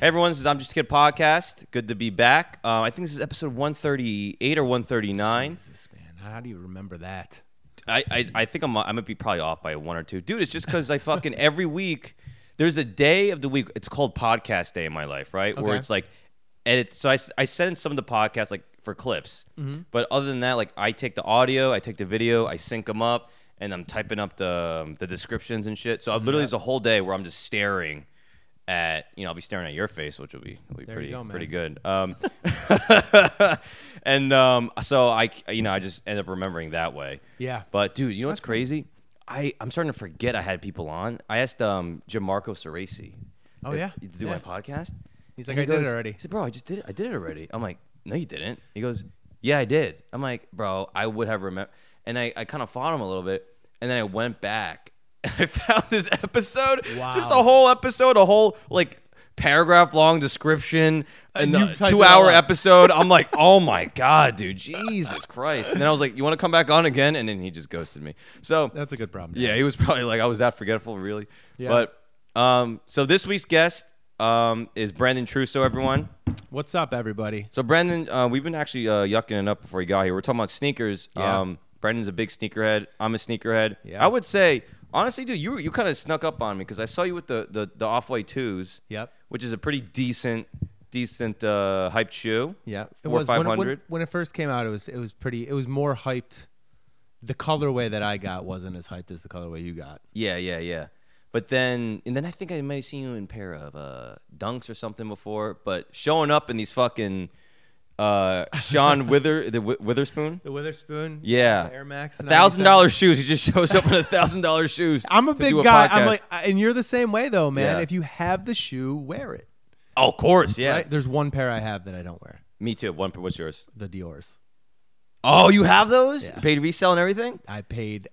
Hey, everyone, this is I'm Just a Kid podcast. Good to be back. Uh, I think this is episode 138 or 139. Jesus, man, how do you remember that? I, I, I think I'm I might be probably off by one or two. Dude, it's just because I fucking every week there's a day of the week. It's called podcast day in my life, right? Where Okay. it's like edit. So I, s- I send some of the podcasts like for clips, Mm-hmm. but other than that, like I take the audio, I take the video, I sync them up, and I'm typing up the um, the descriptions and shit. So I literally there's a whole day where I'm just staring. At you know, I'll be staring at your face, which will be, will be There you pretty go, man. pretty good. Um, and um, so I, you know, I just end up remembering that way. Yeah. But dude, you know what's crazy? I I'm starting to forget I had people on. I asked um Gianmarco Ceresi. Oh, if- yeah? to do Yeah. my podcast. He's And like, he "I did it goes- already." He said, "Bro, I just did it. I did it already." I'm like, "No, you didn't." He goes, "Yeah, I did." I'm like, "Bro, I would have remember." And I I kind of fought him a little bit, and then I went back and I found this episode. Just a Wow. whole episode, a whole like paragraph long description and And you the typed two it all hour up. episode. I'm like, oh my god, dude, Jesus Christ! And then I was like, you want to come back on again? And then he just ghosted me. So That's a good problem. yeah, he was probably like, I was that forgetful, really. Yeah. But um, so this week's guest um is Brandon Trusso, everyone. What's up, everybody? So Brandon, uh, we've been actually uh, yucking it up before he got here. We're talking about sneakers. Yeah. Um, Brandon's a big sneakerhead. I'm a sneakerhead. Yeah. I would say honestly, dude, you you kind of snuck up on me because I saw you with the the, the off white twos. Yep. Which is a pretty decent decent uh, hyped shoe. Yeah, Four when- five when- hundred. When, it first came out, it was it was pretty. It was more hyped. The colorway that I got wasn't as hyped as the colorway you got. Yeah, yeah, yeah. But then, and then I think I might have seen you in a pair of uh, dunks or something before. But showing up in these fucking uh, Sean Wither the Wi- Witherspoon, The Witherspoon. yeah, Air Max. thousand dollar shoes. He just shows up in a thousand dollar shoes. I'm a to big do guy. podcast. I'm like, I- and you're the same way though, man. Yeah. If you have the shoe, wear it. oh, of course, yeah. Right? There's one pair I have that I don't wear. Me too. One. What's yours? The Dior's. Oh, you have those? Yeah. Paid resale and everything. I paid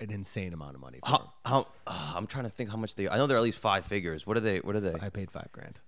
an insane amount of money for. How, how, uh, I'm trying to think how much they. I know they're at least five figures. What are they? What are they? them. I paid five grand.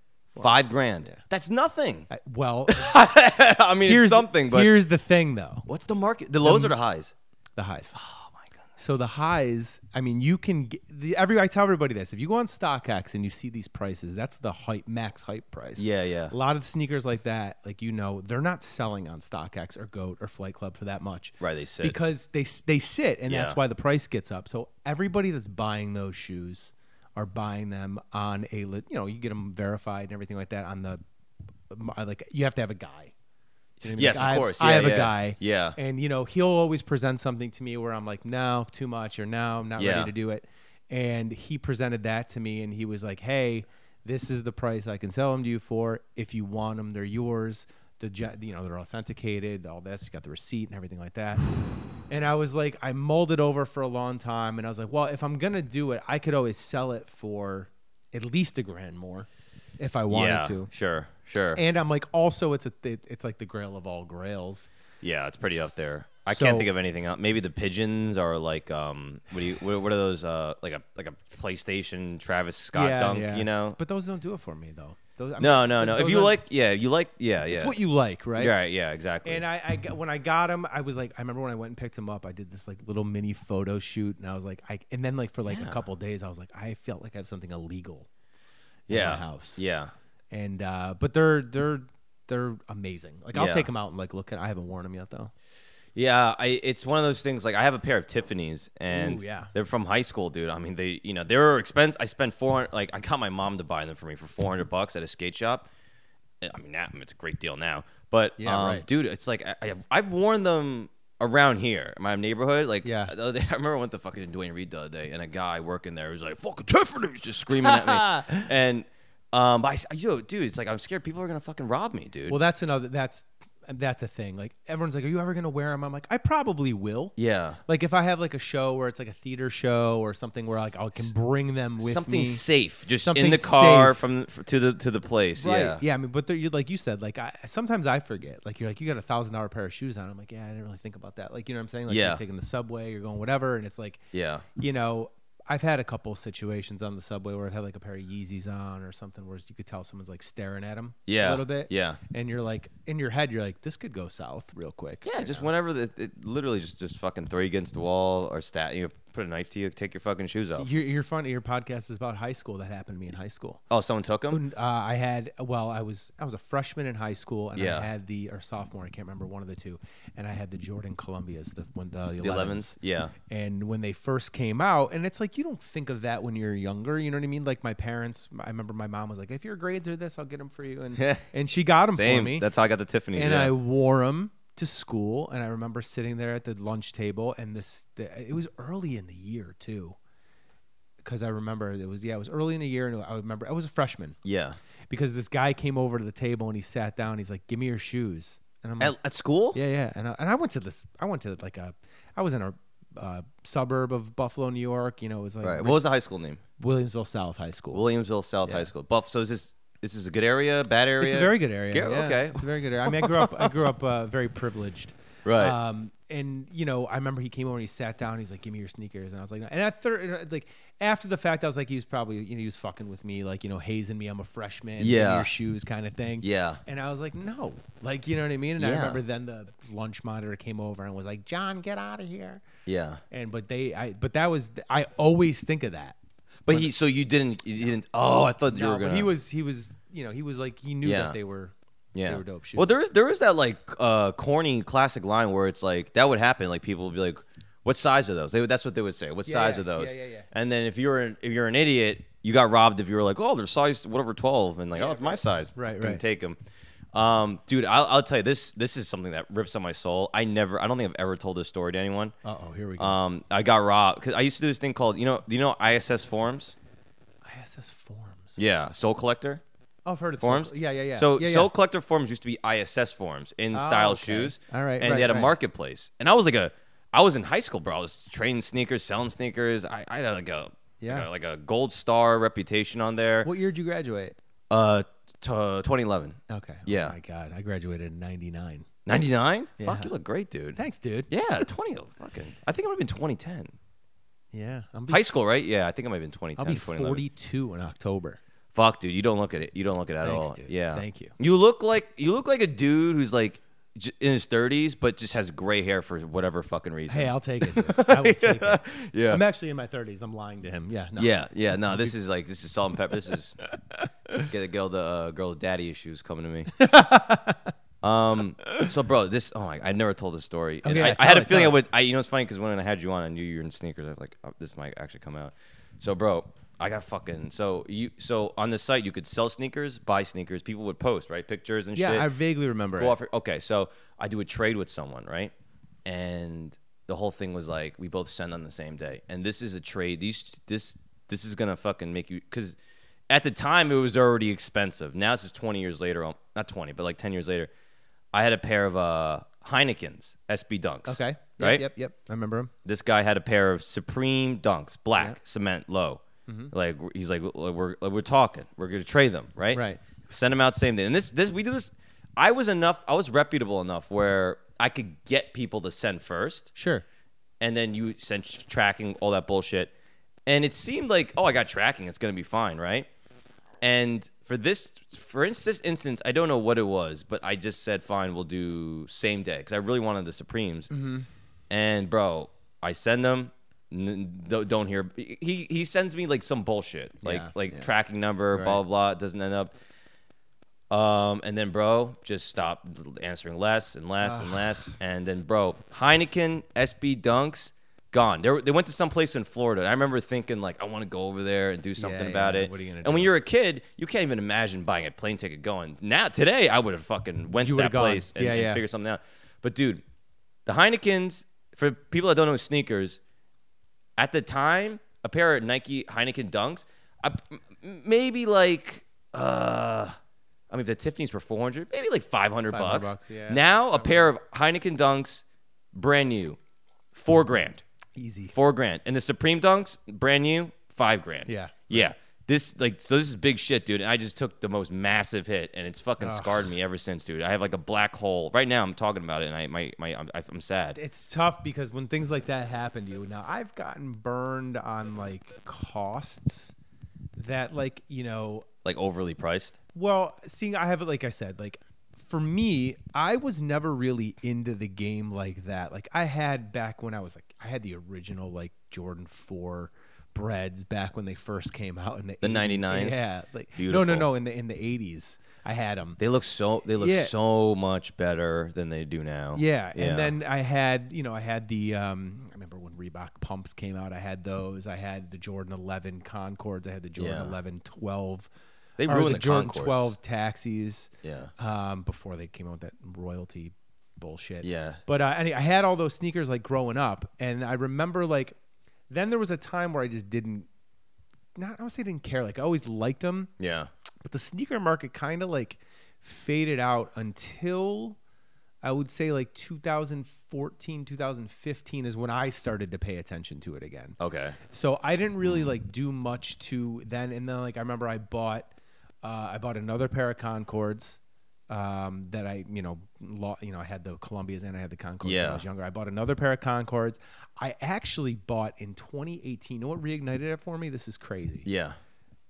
Five grand. That's nothing. I, well, I mean, here's it's something. But here's the thing though. what's the market? The lows or the highs? The highs. Oh my goodness. So the highs, I mean, you can get the, every. I tell everybody this: if you go on StockX and you see these prices, that's the hype max hype price. Yeah, yeah. A lot of sneakers like that, like you know, they're not selling on StockX or Goat or Flight Club for that much. Right, they sit. because they s- they sit, and Yeah. that's why the price gets up. So everybody that's buying those shoes are buying them on a le- you know you get them verified and everything like that on the like you have to have a guy. You know what I mean? Yes, of Like, I have- course. I Yeah, have yeah. a guy. Yeah. And you know, he'll always present something to me where I'm like, no, too much, or no, I'm not Yeah. ready to do it. And he presented that to me, and he was like, hey, this is the price I can sell them to you for. If you want them, they're yours. The je- you know they're authenticated, all this. You got the receipt and everything like that. And I was like, I mulled it over for a long time, and I was like, well, if I'm gonna do it, I could always sell it for at least a grand more, if I wanted yeah, to. Sure, sure. And I'm like, also, it's a th- it's like the grail of all grails. yeah, it's pretty up there. I So- can't think of anything else. Maybe the pigeons are like um, what do you? What, what are those? Uh, like a like a PlayStation Travis Scott dunk, you know? But those don't do it for me though. Those, I no, mean, no, th- no. If those you are- like, yeah, you like, yeah, yeah. it's what you like, right? Right, yeah, exactly. And I, I got- when I got him, I was like, I remember when I went and picked him up, I did this like little mini photo shoot, and I was like, I, and then like for like a couple days, I was like, I felt like I have something illegal, yeah, my house. Yeah, and uh, but they're they're they're amazing. Like I'll Yeah. take them out and like look at. I haven't worn them yet though. yeah. I it's one of those things. Like I have a pair of Tiffany's, and Ooh, yeah. they're from high school, dude. I mean, they you know they were expensive. I spent four hundred. Like I got my mom to buy them for me for four hundred bucks at a skate shop. Eh, I mean, now, it's a great deal now. But Yeah, um, right. dude, it's like I, I have, I've worn them around here, my neighborhood. Like, Yeah. the other day- I remember I went to fucking Dwayne Reed the other day, and a guy working there was like, "Fucking Tiffany's," just screaming at me. And um, but I, s- yo, dude, it's like I'm scared people are gonna fucking rob me, dude. Well, that's another. That's that's a thing. Like everyone's like, are you ever gonna wear them? I'm like, I probably will. yeah, Like if I have like a show where it's like a theater show or something where like I can bring them with something me. safe, just in Something the car safe. from f- to the to the place. Right. Yeah, I mean, but they're, you, like you said, like I, sometimes I forget. Like you're like you got a thousand dollar pair of shoes on. I'm like, yeah, I didn't really think about that. Like you know what I'm saying? Like Yeah. you're taking the subway, you're going whatever, and it's like, yeah, you know, I've had a couple situations on the subway where I've had like a pair of Yeezys on or something where you could tell someone's like staring at them Yeah. a little bit. Yeah. And you're like in your head, you're like, this could go south real quick. yeah. Just whenever the, it, literally just just fucking throw you against the wall or stat, you know, put a knife to you, take your fucking shoes off. Your, your funny. Your podcast is about high school. That happened to me in high school. Oh, someone took him. Uh, I had well, I was I was a freshman in high school, and Yeah. I had the or sophomore. I can't remember one of the two, and I had the Jordan Columbias, the when the The 11s. Yeah. And when they first came out, and it's like you don't think of that when you're younger. You know what I mean? Like my parents, I remember my mom was like, "If your grades are this, I'll get them for you," and and she got them for me. Same. That's how I got the Tiffany. and yeah. I wore them to school. And I remember sitting there at the lunch table, and this the, it was early in the year too, because I remember it was yeah it was early in the year, and I remember I was a freshman yeah. because this guy came over to the table and he sat down. He's like, "Give me your shoes," and I'm like, At, at school? "Yeah, yeah." And I, and I went to this. I went to like a. I was in a. Uh, suburb of Buffalo, New York. You know, it was like All right. What was the high school name? Williamsville South High School. Williamsville South High School. Buff. So is this this is a good area, bad area? It's a very good area. Gar- yeah. okay. it's a very good area. I mean, I grew up. I grew up uh, very privileged. Right. Um, and you know, I remember he came over and he sat down. He's like, "Give me your sneakers," and I was like, no. "And at third, like after the fact, I was like, he was probably you know he was fucking with me, like you know hazing me. I'm a freshman. give me Yeah. your shoes kind of thing. Yeah. And I was like, no, like you know what I mean. And I Yeah. remember then the lunch monitor came over and was like, "John, get out of here." Yeah. And but they, I but that was I always think of that. But he. So you didn't. You didn't. Oh, I thought you No, were gonna. but he was he was you know he was like he knew Yeah. that they were Yeah. they were dope shoes. Well, there is there is that like uh, corny classic line where it's like that would happen. Like people would be like, "What size are those?" They, would- that's what they would say. What Yeah, size yeah, are those? yeah, yeah, yeah. And then if you're an, if you're an idiot, you got robbed if you were like, "Oh, they're size whatever 12," and like, "Oh, it's my size." Right, Fucking right. Take them. Um, dude, I'll, I'll tell you this. This is something that rips on my soul. I never. I don't think I've ever told this story to anyone. Uh oh, here we go. Um, I got robbed because I used to do this thing called you know you know ISS forms. ISS forms. Yeah, Soul Collector. Oh, I've heard of forms. Yeah, yeah, yeah. So yeah, Ah, Soul Collector forms used to be ISS forms in style okay. shoes. All right, And right, they had a right. marketplace. And I was like a I was in high school, bro. I was trading sneakers, selling sneakers. I, I had like a Yeah. like, a, like a gold star reputation on there. What year did you graduate? Uh t- 2011. Okay. Yeah. Oh my God, I graduated in '99. 99? Yeah. Fuck, you look great, dude. Thanks, dude. Yeah, 20 fucking. I think I would have been 2010. Yeah. I'm be, High school, right? Yeah, I think I might have been 2010, I'll be 2011. 42 in October. Fuck, dude, you don't look at it. You don't look at it at Thanks, all. dude. Yeah, Thank you. You look like you look like a dude who's like j- in his thirties, but just has gray hair for whatever fucking reason. Hey, I'll take it. dude. I will take it. Yeah. I'm actually in my 30s. I'm lying to him. Yeah. No. yeah, yeah. No, this is like this is salt and pepper. This is get get all the uh, girl with daddy issues coming to me. um. So, bro, this oh my, I never told this story. And Okay, I, yeah, I had tell a it, feeling I tell it. would. I you know it's funny because when I had you on, I knew you were in sneakers. I was like, oh, this might actually come out. So, bro. I got fucking so you so on the site you could sell sneakers, buy sneakers. People would post right pictures and Yeah, shit. I vaguely remember. Go it. off your- okay, so I do a trade with someone, right? And the whole thing was like we both send on the same day, and this is a trade. These this this is gonna fucking make you because at the time it was already expensive. Now this is twenty years later, um, not twenty, but like ten years later. I had a pair of uh, Heinekens SB Dunks. Okay. Yep, right. Yep. Yep. I remember him. This guy had a pair of Supreme Dunks, black cement low. Like he's like we're we're talking. We're gonna trade them, right? Right. Send them out same day. And this this we do this. I was enough. I was reputable enough where I could get people to send first, Sure. and then you sent tracking all that bullshit. And it seemed like oh I got tracking. It's gonna be fine, right? And for this for instance instance I don't know what it was, but I just said fine. We'll do same day because I really wanted the Supremes. Mm-hmm. And bro, I send them. N- don't don't hear. He he sends me like some bullshit, like Yeah, like yeah. tracking number, blah blah blah. It doesn't end up. Um, and then bro, just stop answering less and less and less. And then bro, Heineken SB Dunks gone. They, were, they went to some place in Florida. And I remember thinking like, I want to go over there and do something yeah, about it. what are you gonna and when do? you're a kid, you can't even imagine buying a plane ticket going. Now today, I would have fucking went You to would've that gone. place and, Yeah, and yeah. figured something out. But dude, the Heinekens for people that don't know sneakers, at the time, a pair of Nike Heineken Dunks, I, m- m- maybe like uh, I mean, if the Tiffany's were four hundred, maybe like five hundred 500 bucks. bucks, yeah. Now a pair of Heineken Dunks, brand new, four grand, Easy. four grand, and the Supreme Dunks, brand new, five grand. Yeah. yeah. This like so this is big shit, dude. And I just took the most massive hit, and it's fucking scarred me ever since, dude. I have like a black hole right now. I'm talking about it, and I my my I'm, I'm sad. It's tough because when things like that happen to you, now I've gotten burned on like costs that like, you know, Like overly priced. Well, seeing I have it like I said, like for me, I was never really into the game like that. Like I had back when I was like I had the original like Jordan Four breads back when they first came out in the The 80s. 99s? Yeah, like no, Beautiful. no, no. In the in the eighties, I had them. They look so they look Yeah. so much better than they do now. Yeah. And then I had, you know, I had the, um, I remember when Reebok pumps came out, I had those. I had the Jordan 11 Concords. I had the Jordan Yeah. 11 12. They or ruined the the Jordan Concords. 12 taxis. Yeah. Um, before they came out with that royalty bullshit. Yeah. But uh, anyway, I had all those sneakers like growing up. And I remember like, then there was a time where I just didn't, not, I would say didn't care. Like I always liked them yeah. but the sneaker market kind of like faded out until I would say like 2014, 2015 is when I started to pay attention to it again. Okay. So I didn't really like do much to then. And then like I remember I bought, uh, I bought another pair of Concords um, that I you know lo- you know I had the Columbias and I had the Concords when I Yeah. was younger. I bought another pair of Concords. I actually bought in 2018. You know what reignited it for me? This is crazy Yeah.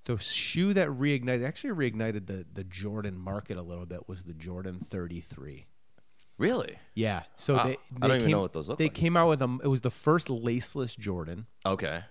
the shoe that reignited actually reignited the the Jordan market a little bit was the Jordan 33. Really? Yeah, so Wow. they, Ah, I they don't even came- know what those look They like. came out with them. It was the first laceless Jordan. Okay.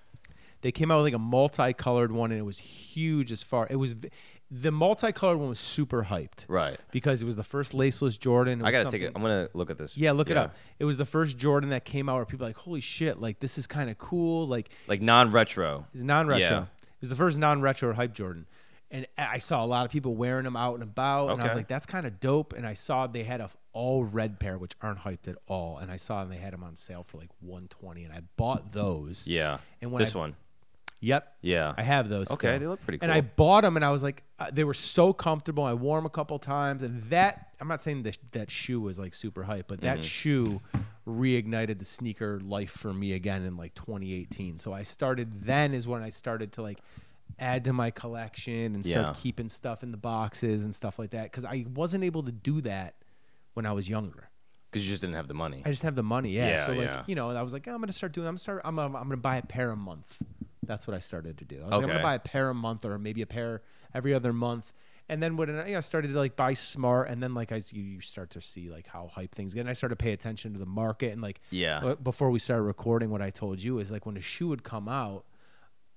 They came out with like a multicolored one, and it was huge as far. It was v- the multicolored one was super hyped, Right. Because it was the first laceless Jordan. It I was gotta something- take it. I'm gonna look at this. Yeah, look it up. It was the first Jordan that came out where people were like, holy shit, like this is kind of cool. Like Like non-retro. It's non-retro. Yeah. It was the first non-retro hype Jordan, and I saw a lot of people wearing them out and about, and I was Okay. like, "That's kind of dope." And I saw they had a f- all red pair, which aren't hyped at all, and I saw them, they had them on sale for like 120, and I bought those. Yeah. And And when this I- one. Yep. Yeah. I have those. Okay, still. they look pretty And I cool. bought them, and I was like, uh, they were so comfortable. I wore them a couple times, and that I'm not saying that that shoe was like super hype, but Mm-hmm. that shoe reignited the sneaker life for me again in like 2018. So I started then is when I started to like add to my collection and start Yeah. keeping stuff in the boxes and stuff like that because I wasn't able to do that when I was younger. Because you just didn't have the money. I just have the money. Yeah. Yeah, so like, yeah. you know, I was like, "Oh, I'm gonna start doing. I'm gonna start. I'm gonna, I'm gonna buy a pair a month. That's what I started to do. I was like, I'm gonna Okay. buy a pair a month or maybe a pair every other month. And then when I, you know, I started to like buy smart, and then like I s- you, you start to see like how hype things get. And I started to pay attention to the market and like Yeah. uh, Before we started recording, what I told you is like when a shoe would come out,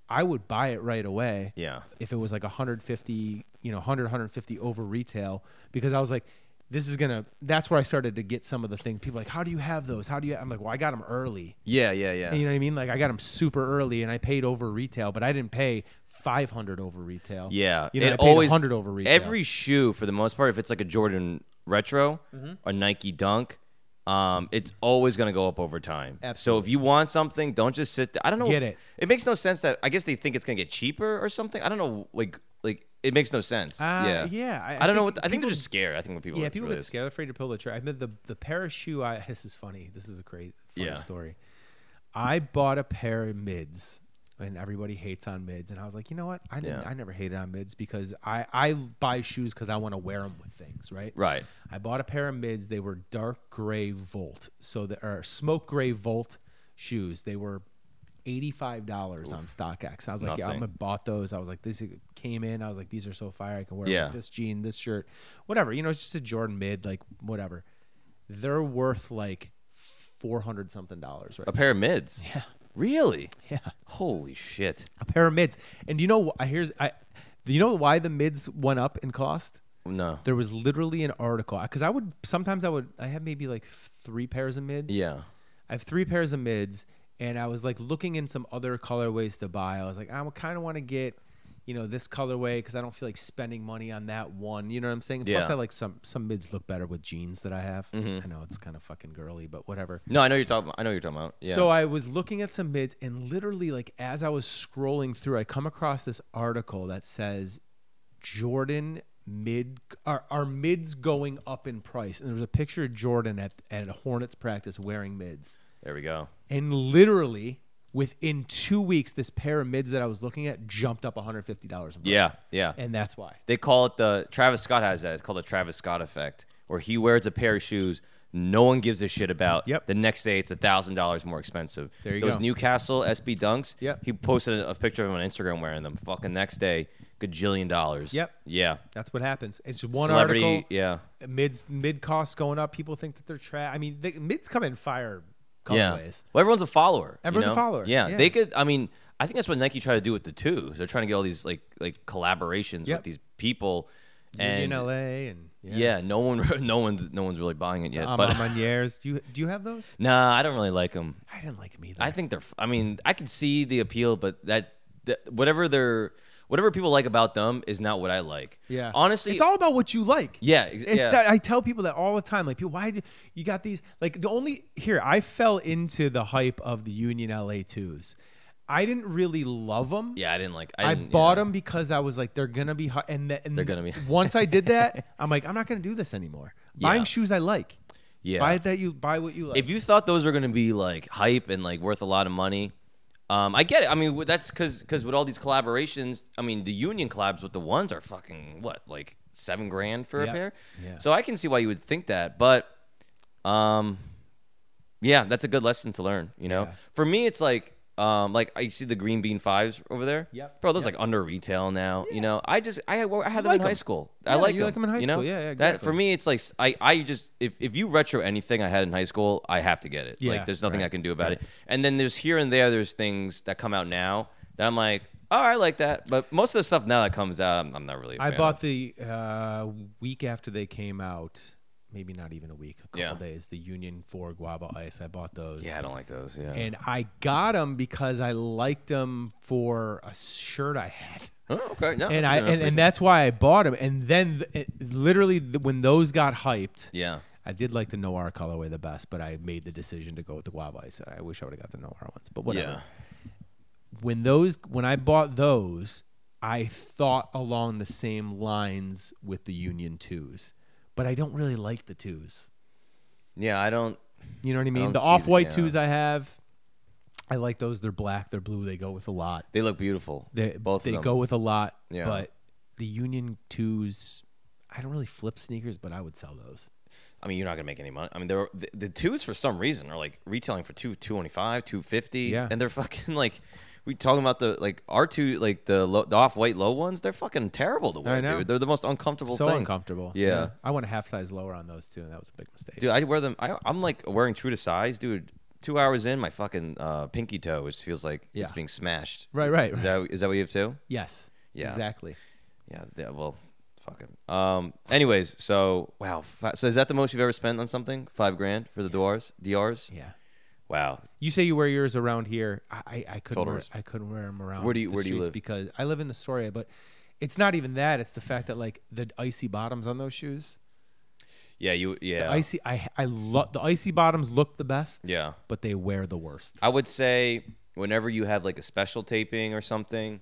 I would buy it right away yeah. if it was like 150 you know 100 150 over retail because i was like this is gonna that's where i started to get some of the things people are like how do you have those how do you i'm like well i got them early Yeah. Yeah. Yeah. you know what i mean like i got them super early and i paid over retail but i didn't pay 500 over retail Yeah, you know it I paid always- 100 over retail Every shoe, for the most part, if it's like a Jordan Retro, Mm-hmm. a Nike Dunk, um, it's always going to go up over time. So if you want something, don't just sit. there. I don't know. Get it. It makes no sense that I guess they think it's going to get cheaper or something. I don't know. Like like it makes no sense. Uh, yeah. yeah, I- I I, don't know. think What, I think people- they're just scared. I think when people yeah it's people really get scared afraid to pull the trigger i mean the, the pair of shoe i this is funny this is a crazy funny Yeah. story i bought a pair of mids and everybody hates on mids and i was like you know what i, didn't Yeah. I never hated on mids because i, I buy shoes because i want to wear them with things right Right. i bought a pair of mids they were dark gray volt so they are smoke gray volt shoes they were $85 on StockX. I was like, yeah, nothing. I'm gonna bought those. I was like, this came in. I was like, these are so fire. I can wear them Yeah. with this jean, this shirt, whatever. You know, it's just a Jordan mid, like whatever. They're worth like four hundred something dollars, right? A pair of mids. Yeah. Really? Yeah. Holy shit. A pair of mids. And you know, I here's I, do you know why the mids went up in cost? No. There was literally an article because I would sometimes I would I have maybe like three pairs of mids. Yeah. I have three pairs of mids, and I was like looking in some other colorways to buy. I was like, I kind of want to get, you know, this colorway because I don't feel like spending money on that one. You know what I'm saying? Plus, Yeah. Mm-hmm. I like some some mids look better with jeans that I have. I know it's kind of fucking girly, but whatever. No, I know you're talking. I know you're talking about. Yeah. So I was looking at some mids, and literally, like as I was scrolling through, I come across this article that says Jordan mid are, are mids going up in price, and there was a picture of Jordan at at a Hornets practice wearing mids. there we go. And literally within two weeks, this pair of mids that I was looking at jumped up $150 in price. Yeah. Yeah. And that's why. They call it the Travis Scott has that. It's called the Travis Scott effect, where he wears a pair of shoes no one gives a shit about. Yep. The next day, it's a thousand dollars more expensive. There you Those go. Newcastle SB Dunks. Yep. He posted a, a picture of him on Instagram wearing them. Fucking next day, gajillion dollars. Yep. Yeah. That's what happens. It's just one Celebrity. article. Yeah. Mids mid costs going up. People think that they're trash. I mean, they, mids come in fire couple yeah. ways. Well, everyone's a follower. you Everyone's a know? follower, Yeah. yeah. They could. I mean, I think that's what Nike tried to do with the two. They're trying to get all these like like collaborations Yep. with these people. And Union LA and yeah. yeah, no one, no one's, no one's really buying it yet. Um, but Meniere's. Do you do you have those? nah, I don't really like them. I didn't like them either. I think they're. f- I mean, I can see the appeal, but that, that whatever they're, whatever people like about them is not what I like. yeah. Honestly, it's all about what you like. Yeah, ex- It's yeah. that- I tell people that all the time. Like, people, why do you got these? Like, the only here I fell into the hype of the Union LA twos. I didn't really love them. Yeah, I didn't like. I, I, didn't, bought yeah. them because I was like, they're gonna be hot, and, the, and They're gonna be- once I did that, I'm like, I'm not gonna do this anymore. Buying Yeah. shoes I like. Yeah. Buy that you buy what you like. if you thought those were going to be like hype and like worth a lot of money um, I get it. I mean, w- that's because because with all these collaborations, I mean, the union collabs with the ones are fucking what like seven grand for Yeah. a pair. Yeah. So I can see why you would think that, but um, yeah, that's a good lesson to learn. You know, Yeah. for me, it's like um, like I see the green bean fives over there. Yep. bro, those like under retail now. You know, I just I, had- I had them like in high 'em. school. Yeah, I like you like 'em in high you know? school. Yeah, yeah, That for exactly. me me, it's like s- I, I just if, if you retro anything I had in high school, I have to get it. Yeah, like there's nothing right, I can do about it. And then there's here and there there's things that come out now that I'm like, oh, I like that. But most of the stuff now that comes out, I'm, I'm not really. I I bought the uh, week after they came out, maybe not even a week, a couple Yeah. days. The Union Four Guava Ice. I bought those. Yeah, I don't like those. Yeah. And I got them because I liked them for a shirt I had. oh, okay. No, and that's a good enough I and, reason. and that's why I bought them. And then th- it, literally th- when those got hyped, yeah. I did like the Noir colorway the best, but I made the decision to go with the Guava Ice. I wish I would have got the Noir ones, but whatever. Yeah. When those when I bought those, I thought along the same lines with the Union twos, but I don't really like the twos. Yeah. I don't. You know what I mean? don't the see the- off white yeah. twos I have, I like those. They're black, they're blue, they go with a lot. They look beautiful. They both they of them. go with a lot, Yeah. but the Union twos. I don't really flip sneakers, but I would sell those. I mean, you're not gonna make any money. I mean, they're, the, the twos for some reason are like retailing for two two twenty five, two fifty, Yeah. and they're fucking like we talking about the like our two like the, low, the off white low ones. They're fucking terrible to wear, I know. dude. They're the most uncomfortable so thing. uncomfortable. Yeah. I went a half size lower on those too, and that was a big mistake. dude. I wear them. I, I'm like wearing true to size, dude. Two hours in, my fucking uh, pinky toe is feels like Yeah. it's being smashed. Right, right, Is right. that is that what you have too? Yes. Yeah. Exactly. Yeah. yeah well, fucking. Um. Anyways, so wow. Fi- So is that the most you've ever spent on something? Five grand for the doors, DRs. Yeah. Wow. You say you wear yours around here. I I, I couldn't Total wear, risk. I couldn't wear them around. Where do you- the where do you streets live? Because I live in the Astoria, but it's not even that. It's the fact that like the icy bottoms on those shoes. Yeah. You. Yeah. The icy. I I love the icy bottoms. Look the best, Yeah. but they wear the worst. I would say whenever you have like a special taping or something.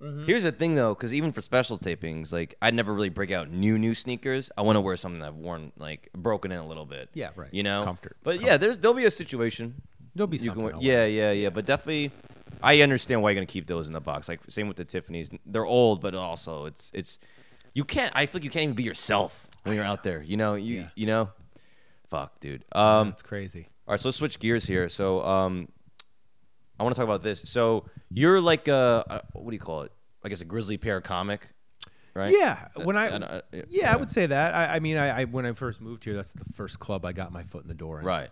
Mm-hmm. Here's the thing though, because even for special tapings, like I never really break out new new sneakers. I want to wear something that I've worn like broken in a little bit. Yeah, right. You know, Comfort. But yeah, there's there'll be a situation. There'll be You can something. wear, I'll wear. yeah, yeah, yeah. But definitely, I understand why you're gonna keep those in the box. Like same with the Tiffany's. They're old, but also it's it's you can't. I feel like you can't even be yourself when you're out there. You know, you Yeah. you know, fuck, dude. Um, That's crazy. all right, so let's switch gears here. So, um, I want to talk about this. So, you're like a a- what do you call it? I guess a grizzly pear comic, right? Uh, Yeah, when I, I don't- I- yeah, I would say that. I, I mean, I, I when I first moved here, that's the first club I got my foot in the door. In. Right.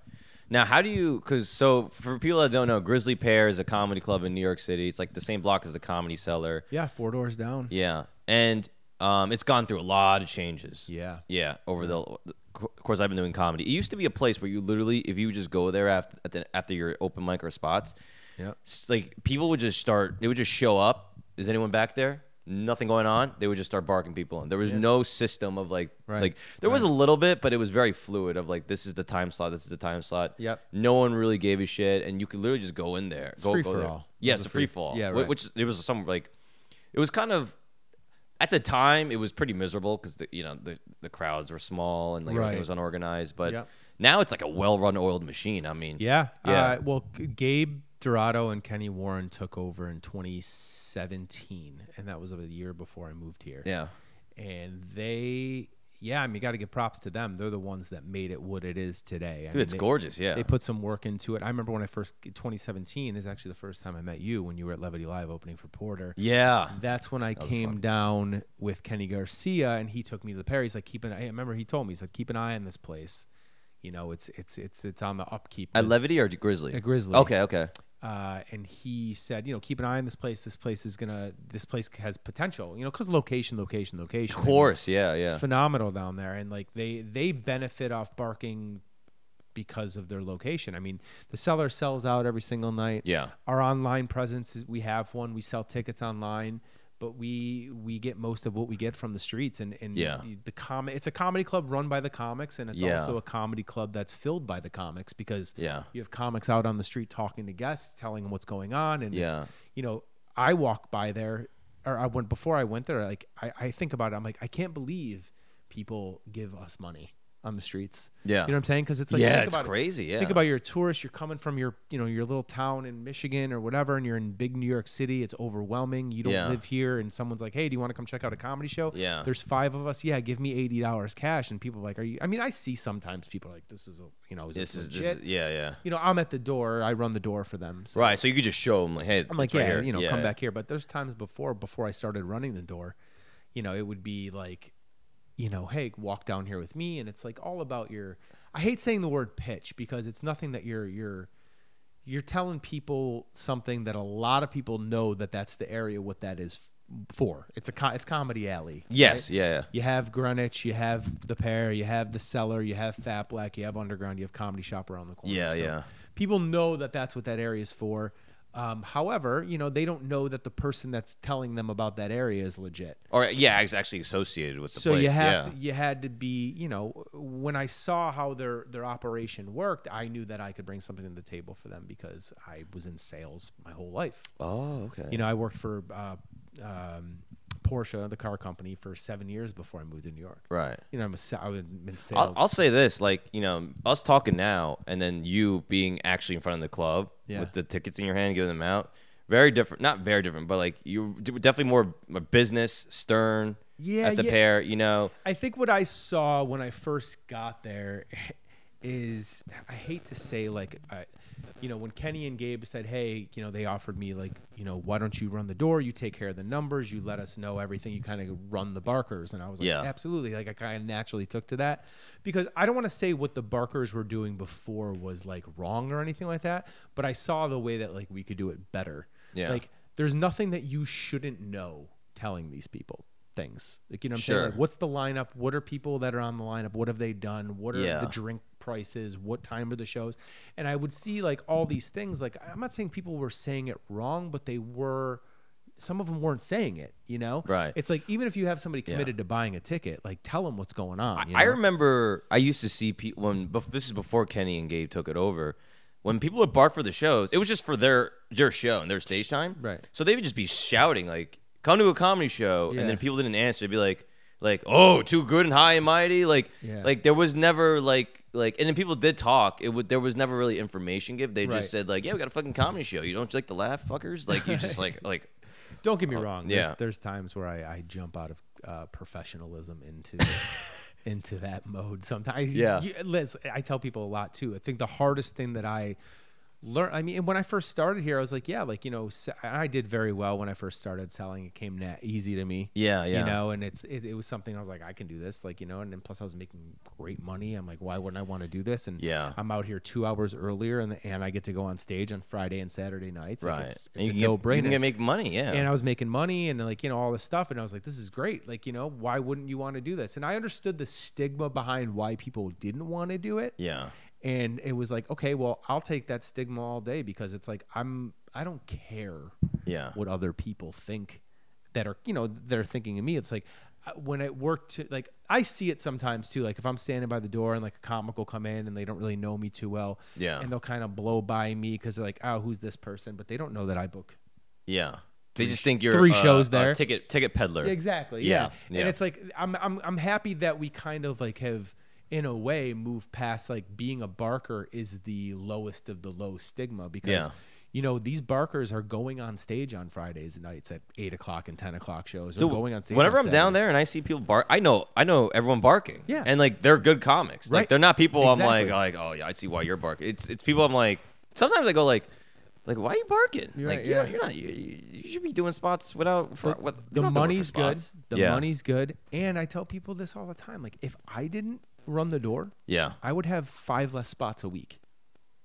Now, how do you? Because so for people that don't know, Grizzly Pear is a comedy club in New York City. It's like the same block as the Comedy Cellar. Yeah, four doors down. Yeah, and um, it's gone through a lot of changes. Yeah. yeah. Over the, of course, I've been doing comedy. It used to be a place where you literally, if you would just go there after at the, after your open mic or spots, Yeah. s- like people would just start. They would just show up. Is anyone back there? Nothing going on. They would just start barking people in. There was no system of like, Right. like there was a little bit, but it was very fluid. Of like, this is the time slot. This is the time slot. Yep. No one really gave a shit, and you could literally just go in there. go, free go for there. all. It Yeah, it's was a a free free- fall. yeah, wh- right. Which it was some like, it was kind of at the time it was pretty miserable because you know the the crowds were small and like Right. everything was unorganized. But Yep. now it's like a well-run oiled machine. I mean, Yeah. Yeah. Uh, well, G- Gabe Dorado and Kenny Warren took over in 2017, and that was a year before I moved here. yeah, And they, yeah, I mean, you got to give props to them. They're the ones that made it what it is today. I dude, mean, it's they- gorgeous. Yeah, They put some work into it. I remember when I first 2017 is actually the first time I met you when you were at Levity Live opening for Porter. yeah, That's when I came down with Kenny Garcia and he took me to the Perry's. Like, keep an I remember he told me, he's like, keep an eye on this place. You know, it's it's it's it's on the upkeep. At list. Levity or Grizzly? At Grizzly. Okay, okay. Uh, and he said, you know, keep an eye on this place. This place is gonna. This place has potential. You know, because location, location, location. Of course, yeah, yeah. it's phenomenal down there and like they they benefit off barking because of their location i mean the seller sells out every single night Yeah. our online presence is we have one we sell tickets online but we we get most of what we get from the streets and and Yeah. the com it's a comedy club run by the comics and it's Yeah. also a comedy club that's filled by the comics because Yeah. you have comics out on the street talking to guests telling them what's going on and Yeah. it's, you know i walk by there or i went before i went there like I, I think about it i'm like i can't believe people give us money on the streets Yeah. you know what i'm saying because it's like Yeah, think it's about it. crazy, yeah. think about you're a tourist you're coming from your you know your little town in michigan or whatever and you're in big new york city it's overwhelming you don't Yeah. live here and someone's like hey do you want to come check out a comedy show Yeah. there's five of us yeah give me $80 cash and people are like are you i mean i see sometimes people are like this is a you know is this, This is, legit? this is yeah, yeah. you know, I'm at the door. I run the door for them. So Right, so you could just show them like, hey, I'm like, it's right yeah, here. you know, Yeah, come yeah. back here. But there's times before, before I started running the door, you know, it would be like, you know, hey, walk down here with me, and it's like all about your. I hate saying the word pitch because it's nothing that you're you're you're telling people something that a lot of people know that that's the area what that is f- for. It's a co- it's comedy alley. Yes, yeah, yeah. You have Greenwich, you have the pair, you have the cellar, you have Fat Black, you have Underground, you have Comedy Shop around the corner. Yeah, yeah. People know that that's what that area is for. Um, however, you know they don't know that the person that's telling them about that area is legit. Or yeah, it's actually associated with the So place. you have yeah. to, you had to be you know when I saw how their their operation worked, I knew that I could bring something to the table for them because I was in sales my whole life. Oh, okay. You know, I worked for uh, um, Porsche, the car company, for seven years before I moved to New York right. you know, I'm a, sa- I would been sales. I'll, I'll say this, like you know, us talking now, and then you being actually in front of the club Yeah. with the tickets in your hand, giving them out. Very different, not very different, but like you d- definitely more more business stern. Yeah, at the yeah. pair, you know. I think what I saw when I first got there is I hate to say like I, you know, when Kenny and Gabe said, "Hey, you know, they offered me like, you know, why don't you run the door? You take care of the numbers. You let us know everything. You kind of run the barkers." And I was like, Yeah. "Absolutely!" Like I kind of naturally took to that because I don't want to say what the barkers were doing before was like wrong or anything like that, but I saw the way that like we could do it better. Yeah. Like there's nothing that you shouldn't know telling these people things. Like you know what I'm saying? Like Sure. what's the lineup? What are people that are on the lineup? What have they done? What are Yeah. the drink prices? What time are the shows? And I would see like all these things. Like I'm not saying people were saying it wrong, but they were some of them weren't saying it, you know? Right. It's like even if you have somebody committed to buying a ticket, like tell them what's going on. You know? I remember I used to see people when bef- this is before Kenny and Gabe took it over. When people would bark for the shows, it was just for their their show and their stage time. Right. So they would just be shouting like, "Come to a comedy show," Yeah. and then people didn't answer. It'd be like, like, "Oh, too good and high and mighty." Like, Yeah. like there was never like like, and then people did talk. It would there was never really information give. They Right. just said like, "Yeah, we got a fucking comedy show. You don't like to laugh, fuckers." Like you just like like Don't get me wrong. There's, Oh, yeah. there's times where I, I jump out of uh, professionalism into into that mode. Sometimes, Yeah. You, Liz, I tell people a lot too. I think the hardest thing that I learned. I mean, when I first started here, I was like, yeah, like you know, se- I did very well when I first started selling. It came na easy to me. Yeah, yeah. You know, and it's it, it was something I was like, I can do this. Like you know, and then plus I was making great money. I'm like, why wouldn't I want to do this? And Yeah. I'm out here two hours earlier, and and I get to go on stage on Friday and Saturday nights. Like, right. it's, And it's a you no can get- You brainer can get- make money. Yeah. and I was making money and like you know all this stuff and I was like this is great like you know why wouldn't you want to do this and I understood the stigma behind why people didn't want to do it yeah. and it was like okay well I'll take that stigma all day because it's like I'm I don't care Yeah. what other people think that are you know they're thinking of me it's like uh, when it worked to like i see it sometimes too like if i'm standing by the door and like a comic will come in and they don't really know me too well Yeah. and they'll kind of blow by me because they're like oh who's this person but they don't know that i book Yeah. They just think you're three a- shows a there. ticket ticket peddler. Exactly. Yeah. Yeah. And Yeah. it's like I'm I'm I'm happy that we kind of like have in a way moved past like being a barker is the lowest of the low stigma because Yeah. you know these barkers are going on stage on Fridays and nights at eight o'clock and ten o'clock shows. Or Dude, going on stage. Whenever on I'm down Saturday. there and I see people bark, I know I know everyone barking. Yeah. And like they're good comics. Right. Like they're not people I'm Exactly. like like oh yeah I see why you're barking. It's it's people I'm like sometimes I go like. Like why are you barking? You're like right, you yeah. know, you're not. You, you you should be doing spots without. For, what, you the don't have to work for money's good. spots. The Yeah. money's good. And I tell people this all the time. Like if I didn't run the door, Yeah. I would have five less spots a week.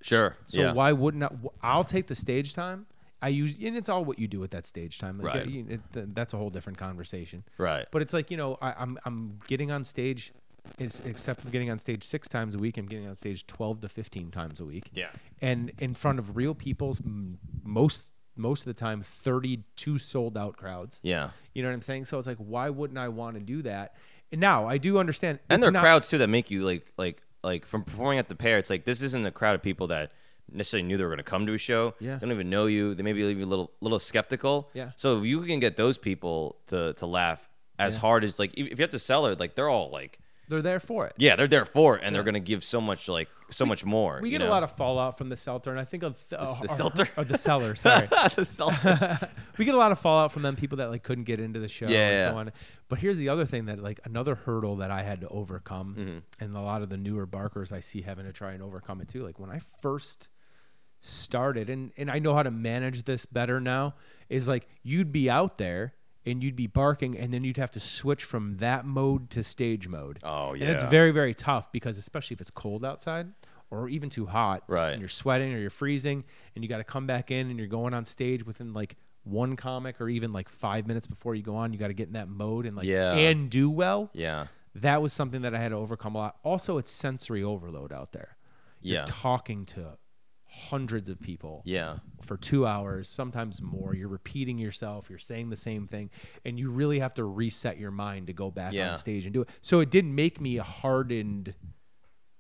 Sure. So yeah. why wouldn't I? wh- I'll take the stage time. I use, and it's all what you do at that stage time. Like, Right. you- it- th- that's a whole different conversation. Right. But it's like you know, I, I'm I'm getting on stage, it's, except for getting on stage six times a week, I'm getting on stage twelve to fifteen times a week. Yeah. And in front of real people's m- most most of the time, thirty-two sold out crowds. Yeah. You know what I'm saying? So it's like, why wouldn't I want to do that? And now I do understand. and it's there are not- crowds too that make you like like like from performing at the pair it's like this isn't a crowd of people that necessarily knew they were going to come to a show Yeah. they don't even know you they maybe leave you a little little skeptical Yeah. so if you can get those people to to laugh as Yeah. hard as like if if you have to sell it like they're all like They're there for it. yeah they're there for it and they're Yeah. going to give so much like so much more We you get know? a lot of fallout from the Seltzer, and I think of th- uh, the our- Seltzer? or the seller. Sorry, the self- we get a lot of fallout from them. People that like couldn't get into the show, Yeah, and yeah. so on. But here's the other thing that like another hurdle that I had to overcome, Mm-hmm. and a lot of the newer barkers I see having to try and overcome it too. Like when I first started, and and I know how to manage this better now. Is like you'd be out there and you'd be barking, and then you'd have to switch from that mode to stage mode. Oh, and it's yeah. very very tough because especially if it's cold outside. Or even too hot, Right. And you're sweating or you're freezing and you got to come back in and you're going on stage within like one comic or even like five minutes before you go on you got to get in that mode and like Yeah. and do well yeah that was something that i had to overcome a lot also it's sensory overload out there you're Yeah. talking to hundreds of people yeah for two hours sometimes more you're repeating yourself you're saying the same thing and you really have to reset your mind to go back Yeah. on stage and do it so it did make me a hardened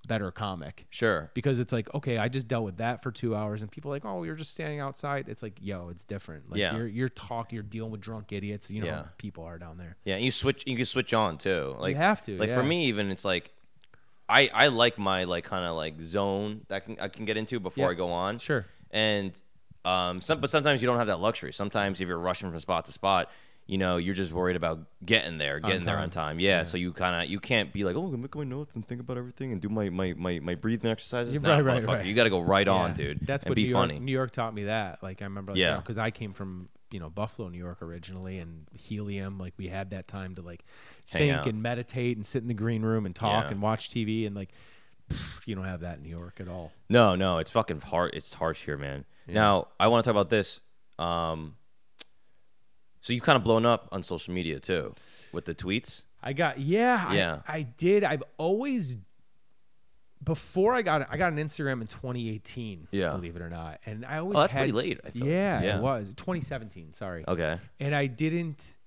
better comic sure because it's like okay i just dealt with that for two hours and people are like oh you're just standing outside it's like yo it's different like Yeah. you're, you're talking you're dealing with drunk idiots you know how Yeah. people are down there Yeah, and you switch. You can switch on too. Like have to, Like yeah. for me, even it's like, I I like my like kind of like zone that I can I can get into before Yeah, I go on. sure. And um, some but sometimes you don't have that luxury. Sometimes if you're rushing from spot to spot, you know you're just worried about getting there, getting there time. on time. Yeah. So you kind of you can't be like, oh, I'm gonna make my notes and think about everything and do my my my, my breathing exercises. You're Nah, right, right, motherfucker, right. You got to go right on, Yeah. dude. that's and what be new funny. york, new york taught me that like i remember like, Yeah. because i came from you know buffalo new york originally and helium like we had that time to like Hang think out. and meditate and sit in the green room and talk Yeah. and watch tv and like pfft, you don't have that in new york at all No, no, it's fucking hard. It's harsh here, man. Now I want to talk about this. Um, so you kind of blown up on social media too with the tweets. I got yeah, Yeah. I, I did. I've always before I got I got an Instagram in 2018. Yeah. believe it or not, and I always Oh, that's had- pretty late, I feel like. yeah, Yeah. it was 2017. Sorry. Okay. And I didn't.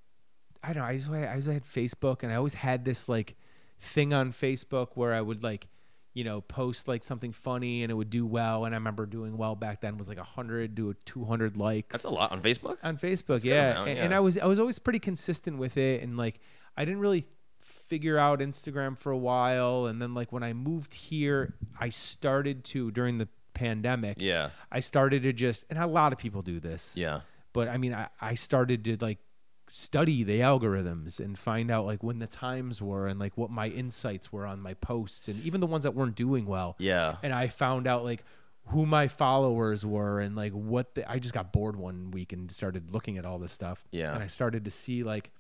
I don't know. I just I always had Facebook, and I always had this like thing on Facebook where I would like you know post like something funny and it would do well. And I remember doing well back then was like 100 to 200 likes That's a lot on Facebook. on Facebook, yeah. amount, and, yeah. and I was I was always pretty consistent with it, and like I didn't really figure out Instagram for a while, and then like when I moved here, I started to during the pandemic. Yeah. I started to just, and a lot of people do this. Yeah. But I mean, I, I started to like study the algorithms and find out like when the times were and like what my insights were on my posts and even the ones that weren't doing well Yeah. and I found out like who my followers were and like what the, I just got bored one week and started looking at all this stuff. Yeah. And I started to see like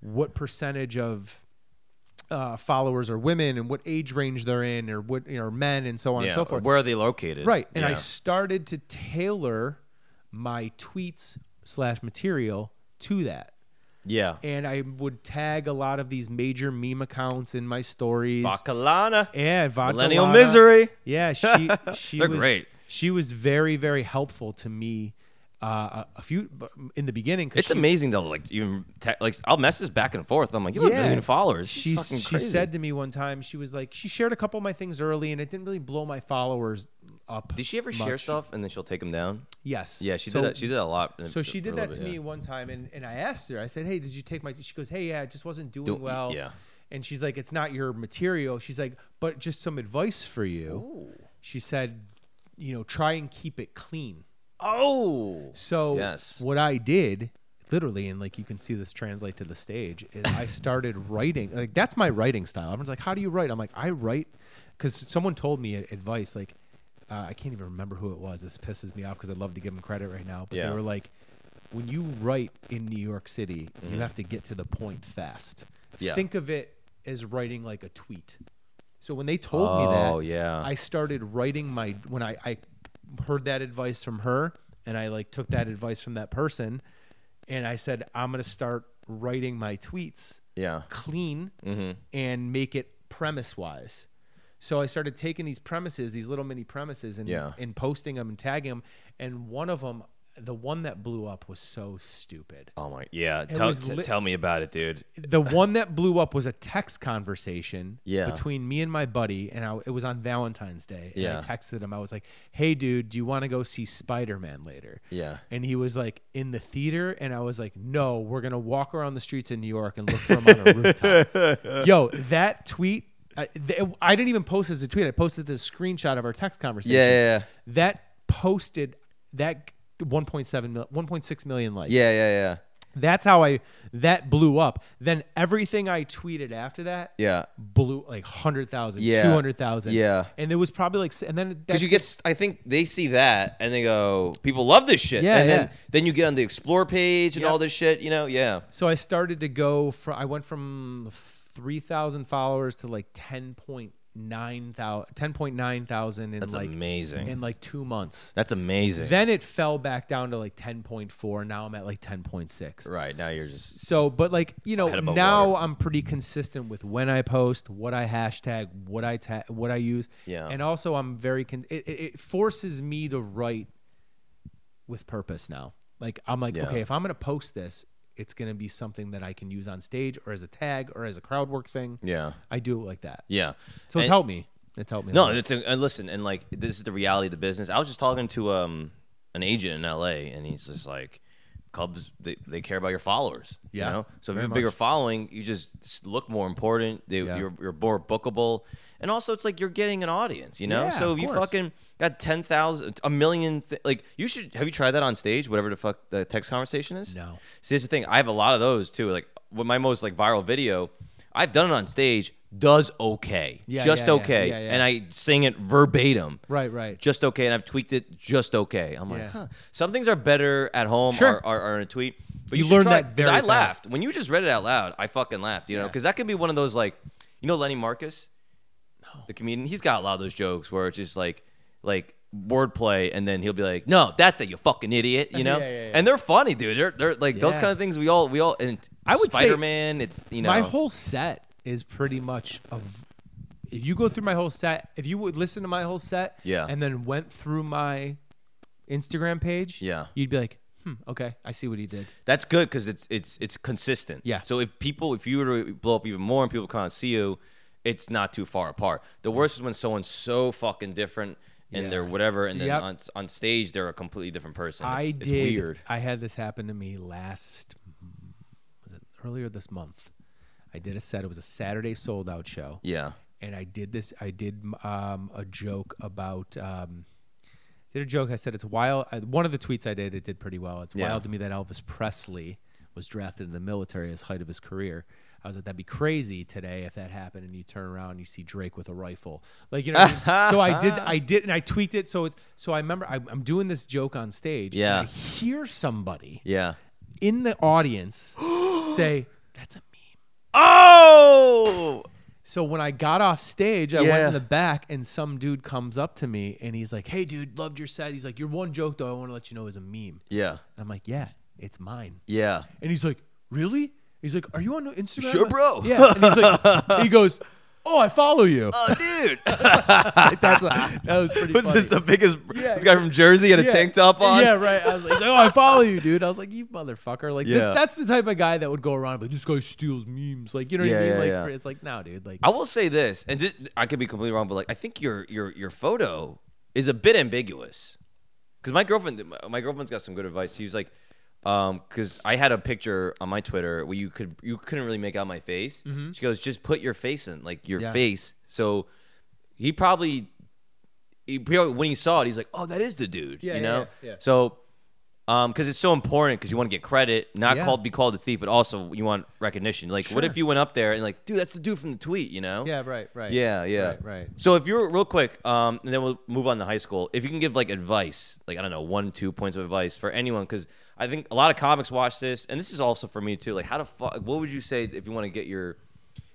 what percentage of uh, followers are women and what age range they're in or what you know, men and so on yeah. and so forth. Where are they located? Right. And I Yeah. started to tailor my tweets slash material to that. yeah. And I would tag a lot of these major meme accounts in my stories. Bacalana. Yeah, vodka Millennial Lana. misery. Yeah, she she They're was great. She was very very helpful to me. Uh, a- a few in the beginning. 'cause It's she, amazing though. Like even te- like I'll message back and forth. I'm like, you have Yeah. a million followers. This is She fucking she crazy. said to me one time she was like she shared a couple of my things early and it didn't really blow my followers up. Did she ever share much. stuff and then she'll take them down? Yes. Yeah, she So- did. That, she did that a lot. So she did that to me Yeah. one time, and, and I asked her. I said, "Hey, did you take my?" She goes, "Hey, yeah, I just wasn't doing Do- well." yeah. And she's like, "It's not your material." She's like, "But just some advice for Oh. you." She said, "You know, try and keep it clean." Oh. So Yes. what I did literally and like you can see this translate to the stage is I started writing like that's my writing style. Everyone's like, "How do you write?" I'm like, "I write cuz someone told me a- advice like uh, I can't even remember who it was. This pisses me off cuz I'd love to give them credit right now, but Yeah. they were like when you write in New York City, you have to get to the point fast. Mm-hmm. Yeah. Think of it as writing like a tweet. So when they told me that, Oh, yeah. I started writing my when I, I heard that advice from her and I like took that advice from that person and I said I'm gonna start writing my tweets Yeah. Mm-hmm. clean and make it premise wise. So I started taking these premises, these little mini premises, and Yeah. and posting them and tagging them. And one of them, the one that blew up, was so stupid. Oh my. Yeah. Tell, was t- lit- tell me about it, dude. The one that blew up was a text conversation Yeah. between me and my buddy, and I, it was on Valentine's Day. And Yeah. I texted him. I was like, "Hey, dude, do you want to go see Spider Man later?" Yeah. And he was like, "In the theater," and I was like, "No, we're gonna walk around the streets in New York and look for him on a rooftop." Yo, that tweet. I, th- I didn't even post it as a tweet. I posted it as a screenshot of our text conversation. Yeah, yeah, yeah. That posted that 1.7 mil, 1.6 million likes. Yeah. Yeah. Yeah. That's how I that blew up. Then everything I tweeted after that Yeah. blew like 100,000, Yeah. 200,000. Yeah. And there was probably like s- and then Because that, you get, s- I think they see that and they go, people love this shit. Yeah, and yeah. Then, then you get on the explore page and Yep. all this shit, you know? Yeah. so I started to go from I went from 3,000 followers to like 10.9 thousand 10.9 thousand in That's like amazing. in like 2 months. That's amazing. Then it fell back down to like 10.4. Now I'm at like 10.6. right. Now you're just. So, but like you know, Head above now water. I'm pretty consistent with when I post, what I hashtag, what I ta- what I use, Yeah. And also, I'm very con- it, it, it forces me to write with purpose now. Like I'm like, Yeah. okay, if I'm gonna post this, it's gonna be something that I can use on stage or as a tag or as a crowd work thing. Yeah. I do it like that. Yeah. So it's And- helped me. It's helped me. a No, lot. it's a, and listen, and like this is the reality of the business. I was just talking to um an agent in LA, and he's just like, Cubs, they, they care about your followers. Yeah, you know? so if you very have a bigger much. following, you just s- look more important. They, Yeah. you're, you're more bookable, and also it's like you're getting an audience. You know, Yeah, so of if you course. fucking got ten thousand, a million, th- like you should have you tried that on stage, whatever the fuck the text conversation is. No. See, that's the thing. I have a lot of those too. Like with my most like viral video, I've done it on stage. Does okay, Yeah, just yeah, yeah, okay, yeah, yeah. and I sing it verbatim, right, right. just okay, and I've tweaked it just okay. I'm like, Yeah. huh. Some things are better at home Sure. or, or, or in a tweet, but You you, should learn try that it, 'cause very I laughed fast. when you just read it out loud. I fucking laughed, you know, Yeah. because that could be one of those like, you know, Lenny Marcus, the comedian. He's got a lot of those jokes where it's just like, like wordplay, and then he'll be like, "No, that that you fucking idiot," you know, Yeah, yeah, yeah. and they're funny, dude. They're they're like those Yeah. kind of things we all we all and I would say- Spider Man. It's you know, My whole set is pretty much of. If you go through my whole set, if you would listen to my whole set, Yeah. and then went through my Instagram page, Yeah. you'd be like, hmm, okay, I see what he did. That's good because it's it's it's consistent. Yeah. So if people, if you were to blow up even more and people can't see you, it's not too far apart. The worst is when someone's so fucking different and they're Yeah. whatever, and then Yep. on, on stage they're a completely different person. It's, I it's did. weird. I had this happen to me last. Was it earlier this month? I did a set. It was a Saturday sold out show. Yeah. and I did this. I did um, a joke about. Um, did a joke. I said it's wild. I, one of the tweets I did, it did pretty well. It's Yeah. wild to me that Elvis Presley was drafted in the military as height of his career. I was like, that'd be crazy today if that happened, and you turn around and you see Drake with a rifle, like you know. what I mean? So I did, I did, and I tweaked it. So it's so I remember I, I'm doing this joke on stage. and Yeah. I hear somebody Yeah. in the audience say, "That's a meme." Oh. So when I got off stage, I went Yeah. in the back, and some dude comes up to me, and he's like, "Hey, dude, loved your set." He's like, "Your one joke though, I want to let you know is a meme." And Yeah. I'm like, "Yeah, it's mine." Yeah. And he's like, "Really?" He's like, "Are you on Instagram?" Sure, bro. Yeah. And he's like, he goes, "Oh, I follow you." Oh, dude. Like, that's what, that was pretty. was funny. this the biggest? Yeah. This guy from Jersey had a Yeah. tank top on. Yeah, right. I was like, he's like, "Oh, I follow you, dude." I was like, "You motherfucker!" Like, Yeah. this, that's the type of guy that would go around, but this guy steals memes. Like, you know what Yeah, I mean? yeah, like, yeah. for- it's like, no, dude. Like, I will say this, and this, I could be completely wrong, but like I think your your your photo is a bit ambiguous. Because my girlfriend, my girlfriend's got some good advice. She was like, because I had a picture on my Twitter where you could you couldn't really make out my face. She goes, just put your face in, like your Mm-hmm. Yeah. face. So he probably, he probably when he saw it, he's like, oh, that is the dude. Yeah, you yeah, know. yeah, yeah. So. Um, because it's so important because you want to get credit, not Yeah. called be called a thief, but also you want recognition. Like, what Sure. if you went up there and like, dude, that's the dude from the tweet, you know? yeah, right, right. Yeah, yeah. Right, right. So if you're real quick, um, and then we'll move on to high school. If you can give like advice, like I don't know, one, two points of advice for anyone, because I think a lot of comics watch this, and this is also for me too. Like, how to fuck? What would you say if you want to get your?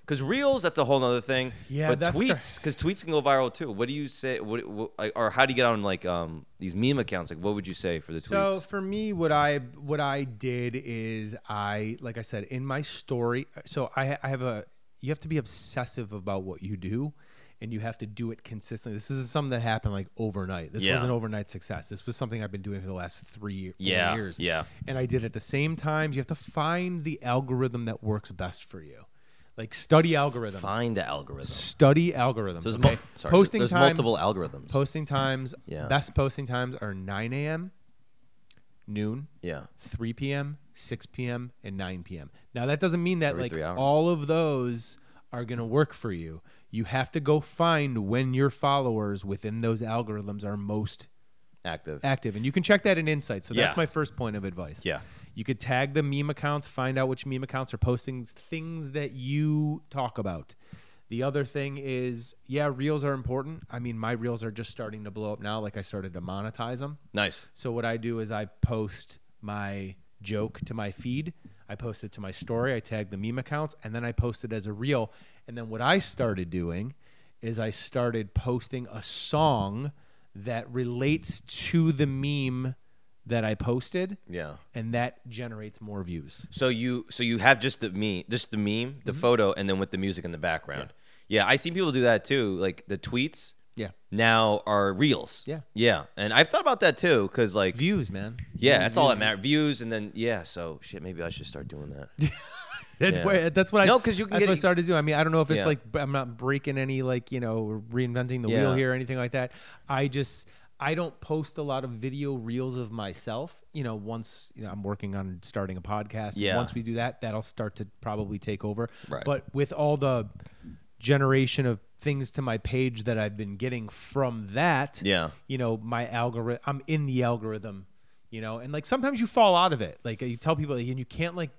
Because reels, that's a whole other thing. Yeah, but that's the- tweets, because tweets can go viral too. What do you say? What, what like, or how do you get on like um these meme accounts? Like, what would you say for the So tweets? for me, what I what I did is I like I said in my story. So I I have a you have to be obsessive about what you do, and you have to do it consistently. This is something that happened like overnight. This Yeah. was an overnight success. This was something I've been doing for the last three year, four Yeah, years. yeah. and I did it at the same time. You have to find the algorithm that works best for you. Like study algorithms. Find the algorithm. Study algorithms. There's okay? mul- sorry, posting there's times, multiple algorithms. Posting times. Yeah. Best posting times are 9 a.m., noon, yeah. 3 p.m., 6 p.m., and 9 p.m. Now that doesn't mean that Every like three hours. all of those are gonna work for you. You have to go find when your followers within those algorithms are most Active. active, and you can check that in Insight. So that's Yeah. my first point of advice. Yeah. You could tag the meme accounts, find out which meme accounts are posting things that you talk about. The other thing is, yeah, reels are important. I mean, my reels are just starting to blow up now. Like I started to monetize them. nice. So what I do is I post my joke to my feed. I post it to my story. I tag the meme accounts, and then I post it as a reel. And then what I started doing is I started posting a song that relates to the meme that I posted, Yeah. and that generates more views. So you so you have just the meme, just the meme, Mm-hmm. the photo, and then with the music in the background. Yeah. I see people do that too. Like the tweets Yeah, now are reels. Yeah. Yeah. And I've thought about that too, because like views, man. yeah, that's all that matters. Views and then yeah. So shit, maybe I should start doing that. That's Yeah. why. That's what I. No, 'cause you can That's get- e what I started doing. I mean, I don't know if it's Yeah. like b- I'm not breaking any like you know reinventing the wheel Yeah. here or anything like that. I just I don't post a lot of video reels of myself. You know, once you know I'm working on starting a podcast. Yeah. Once we do that, that'll start to probably take over. Right. But with all the generation of things to my page that I've been getting from that. Yeah. You know, my algorithm. I'm in the algorithm. You know, and like sometimes you fall out of it. Like you tell people, like, and you can't like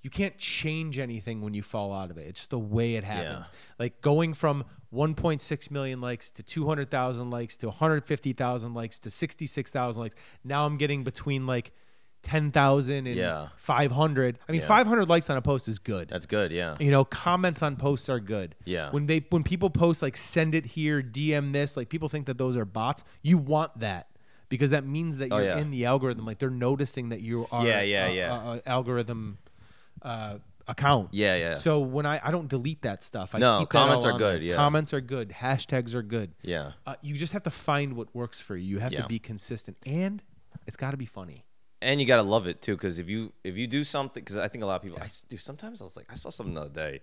you can't change anything when you fall out of it. It's just the way it happens. Like going from 1.6 million likes to 200,000 likes to 150,000 likes to 66,000 likes. Now I'm getting between like 10,000 and Yeah. 500. I mean, Yeah. 500 likes on a post is good. That's good. Yeah. You know, comments on posts are good. Yeah. When they when people post like send it here, DM this, like people think that those are bots. You want that because that means that you're Oh, yeah. in the algorithm. Like they're noticing that you are Yeah, yeah, a- yeah. a- a algorithm uh, account. Yeah, yeah. So when I I don't delete that stuff. I No, keep that comments all are on good, there. yeah. Comments are good. Hashtags are good. Yeah. Uh, you just have to find what works for you. You have Yeah. to be consistent, and it's got to be funny. and you gotta love it too because if you if you do something because i think a lot of people i s- do sometimes i was like i saw something the other day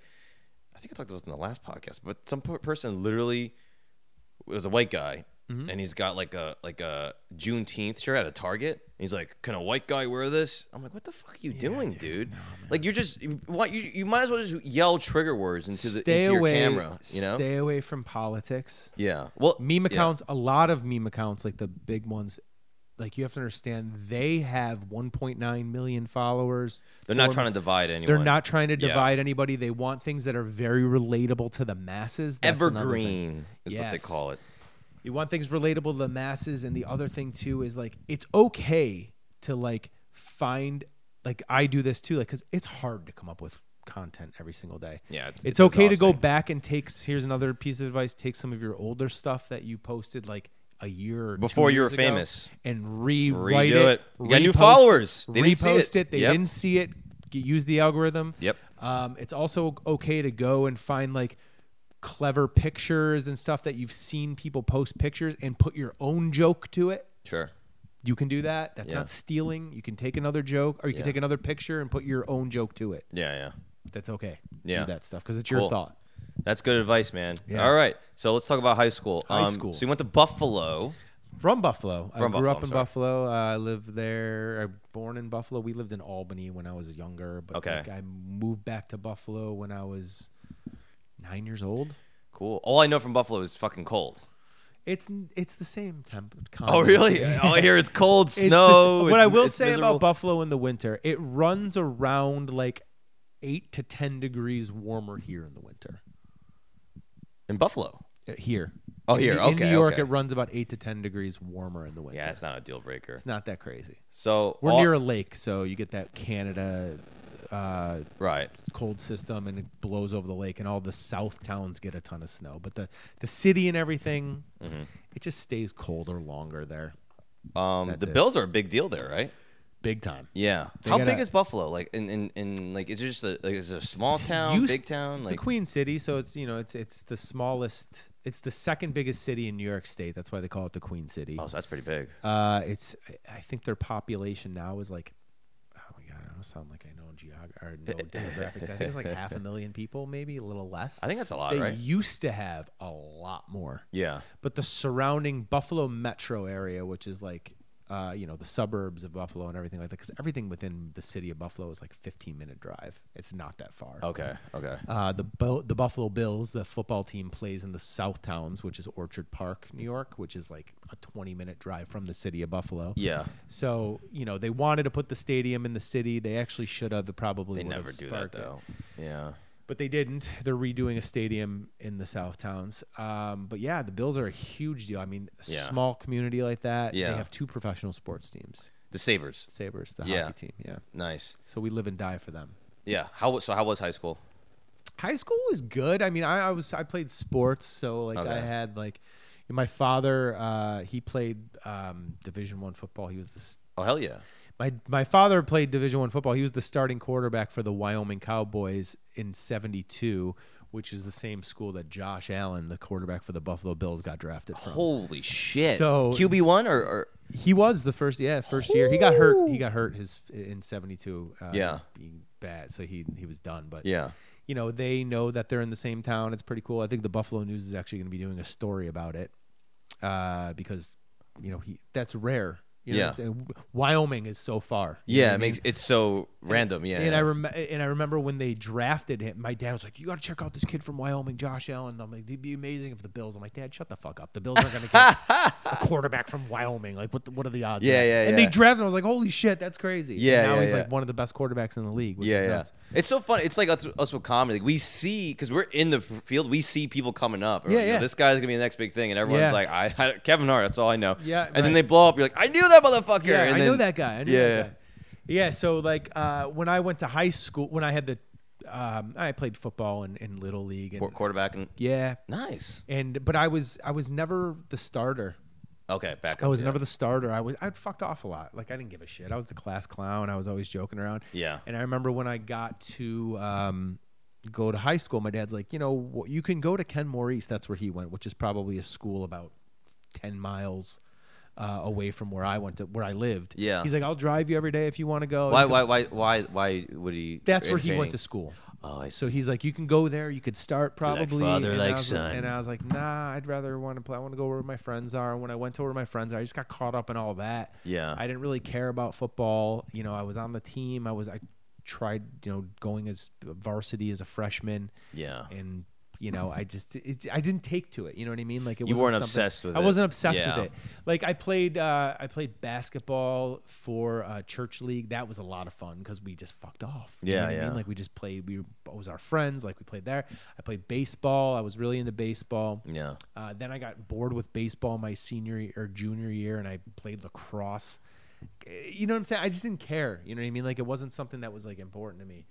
i think i talked about this in the last podcast but some per- person literally it was a white guy Mm-hmm. and he's got like a like a juneteenth shirt at a target and he's like can a white guy wear this i'm like what the fuck are you doing dude, like you're just you- what you, you might as well just yell trigger words into the Stay into away. your camera you know Stay away from politics. yeah well meme yeah. accounts a lot of meme accounts like the big ones like you have to understand they have 1.9 million followers they're not four trying mi- to divide anyone they're not trying to Yeah. divide anybody they want things that are very relatable to the masses That's another thing. evergreen is what they Yes. call it You want things relatable to the masses, and the other thing too is like it's okay to like find like I do this too, like because it's hard to come up with content every single day. Yeah, it's- it's it's okay to go exhausting. back and take. Here's another piece of advice: take some of your older stuff that you posted like a year or two Before you years were ago famous. and rewrite Redo it. it. You got new repost it, followers. They didn't see it. repost They Yep. didn't see it. G- Use the algorithm. Yep. Um, it's also okay to go and find like clever pictures and stuff that you've seen people post pictures and put your own joke to it. sure You can do that. That's Yeah. not stealing. You can take another joke or you can Yeah. take another picture and put your own joke to it. yeah yeah That's okay. Yeah. Do that stuff because it's your Cool. thought. That's good advice, man. Yeah. All right. So let's talk about high school. Um, High school. So you went to Buffalo. From Buffalo. From I grew Buffalo, up I'm in sorry. Buffalo. Uh, I lived there. I born in Buffalo. We lived in Albany when I was younger, but Okay. like, I moved back to Buffalo when I was 9 years old. Cool. All I know from Buffalo is fucking cold. It's it's the same temp. Oh, really? All I hear is cold, It's the s- snow. what it's- I will it's say miserable. about Buffalo in the winter, it runs around like eight to ten degrees warmer here in the winter. in Buffalo. Uh, Here. Oh, In here. New- In Okay, New York, okay. it runs about eight to ten degrees warmer in the winter. Yeah, it's not a deal breaker. It's not that crazy. So We're all- near a lake, so you get that Canada uh, Right. cold system and it blows over the lake and all the south towns get a ton of snow but the the city and everything Mm-hmm. it just stays colder longer there Um, That's the it. Bills are a big deal there, right? big time Yeah. They How gotta- big is Buffalo? Like in, in, in like is it just a like is it a small town, Used- big town? it's Like a queen city so it's you know it's it's the smallest it's the second biggest city in new york state that's why they call it the queen city Oh, so that's pretty big. uh it's I- i think their population now is like oh my god i don't sound like i know geog or know demographics i think it's like half a million people maybe a little less I think that's a lot, they right? used to have a lot more Yeah. but the surrounding Buffalo metro area, which is like, uh, you know, the suburbs of Buffalo and everything like that, because everything within the city of Buffalo is like 15 minute drive. It's not that far. Okay. Okay. Uh, the Bo- the Buffalo Bills, the football team, plays in the South Towns, which is Orchard Park, New York, which is like a 20 minute drive from the city of Buffalo. Yeah. So you know they wanted to put the stadium in the city. They actually should have. They probably They would have never do that sparked it though. Yeah. but they didn't. They're redoing a stadium in the South Towns. Um, but yeah, the Bills are a huge deal. I mean, a Yeah. small community like that. Yeah. They have two professional sports teams. The Sabres. Sabres, the Yeah. hockey team. Yeah. Nice. So we live and die for them. Yeah. How wa- so how was high school? High school was good. I mean, I, I was I played sports, so like I Okay. had like my father, uh, he played um, Division One football. He was the s- Oh hell yeah. My my father played Division One football. He was the starting quarterback for the Wyoming Cowboys in '72, which is the same school that Josh Allen, the quarterback for the Buffalo Bills, got drafted from. Holy shit. So- QB one or, or He was the first, yeah, first year. He got hurt. He got hurt his in '72. Uh, Yeah. being bad, so he he was done. But Yeah. you know they know that they're in the same town. It's pretty cool. I think the Buffalo News is actually going to be doing a story about it uh, because you know he that's rare. You know Yeah. what I'm saying? Wyoming is so far. You know what Yeah, I it mean? makes it's so random. Yeah. And yeah. I rem- and I remember when they drafted him, my dad was like, "You got to check out this kid from Wyoming, Josh Allen." I'm like, "It'd be amazing if the Bills." I'm like, "Dad, shut the fuck up. The Bills aren't going to get a quarterback from Wyoming. Like, what? The, what are the odds?" of Yeah, that?" yeah, And they yeah. drafted. him. I was like, "Holy shit, that's crazy." And Yeah, now yeah, he's yeah. like one of the best quarterbacks in the league. Which yeah, is yeah. nuts. It's so funny. It's like us, us with comedy. Like we see because we're in the f- field, we see people coming up. Or, Yeah, you know, yeah. this guy's gonna be the next big thing, and everyone's Yeah. like, I, I Kevin Hart. That's all I know. Yeah, And then right. they blow up. You're like, I knew that motherfucker. Yeah, and I know then- that guy. I knew yeah. that guy. Yeah, so like uh, when I went to high school, when I had the, um, I played football in, in little league and Qu- Quarterback and yeah, nice. and but I was I was never the starter. Okay, back up. I was yeah. never the starter. I was I'd fucked off a lot. Like I didn't give a shit. I was the class clown. I was always joking around. Yeah. And I remember when I got to um, go to high school, my dad's like, you know, wh- you can go to Ken Maurice. That's where he went, which is probably a school about ten miles uh, away from where I went to where I lived. Yeah. He's like, I'll drive you every day if you want to go. Why, You can- why, why, why, why would he? That's where he went to entertaining? school. Oh, I see. So he's like, you can go there. You could start probably. father, and I like was son. And I was like, nah, I'd rather want to play. I want to go where my friends are. And when I went to where my friends are, I just got caught up in all that. Yeah. I didn't really care about football. You know, I was on the team. I was I tried you know going as varsity as a freshman. Yeah. And you know, I just it, I didn't take to it. You know what I mean? Like it You wasn't weren't something- obsessed with I it. wasn't obsessed Yeah. with it. Like I played uh, I played basketball for uh, church league. That was a lot of fun because we just fucked off. You Yeah, know what I yeah. mean? Like we just played. We were, it was our friends. Like we played there. I played baseball. I was really into baseball. Yeah. Uh, then I got bored with baseball my senior y- or junior year, and I played lacrosse. You know what I'm saying? I just didn't care. You know what I mean? Like it wasn't something that was like important to me.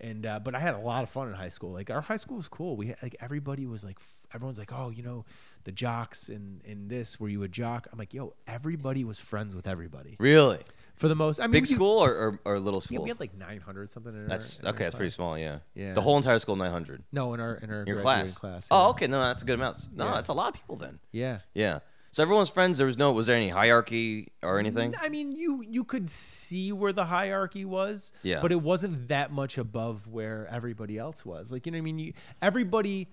And uh, but I had a lot of fun in high school. Like our high school was cool. We had, like everybody was like f- everyone's like, oh, you know, the jocks and and this. Were you a jock? I'm like, yo, everybody was friends with everybody Really? for the most. I mean, Big we- school or, or, or little school? Yeah, we had like 900 something. In our- that's in our okay. That's pretty class. small. Yeah. Yeah. The whole entire school, nine hundred. No, in our in our Your graduating class. class. Oh, yeah. okay. No, that's a good amount. No, Yeah. that's a lot of people then. Yeah. Yeah. So everyone's friends. There was no. Was there any hierarchy or anything? I mean, you you could see where the hierarchy was, Yeah. but it wasn't that much above where everybody else was. Like, you know what I mean? You, everybody,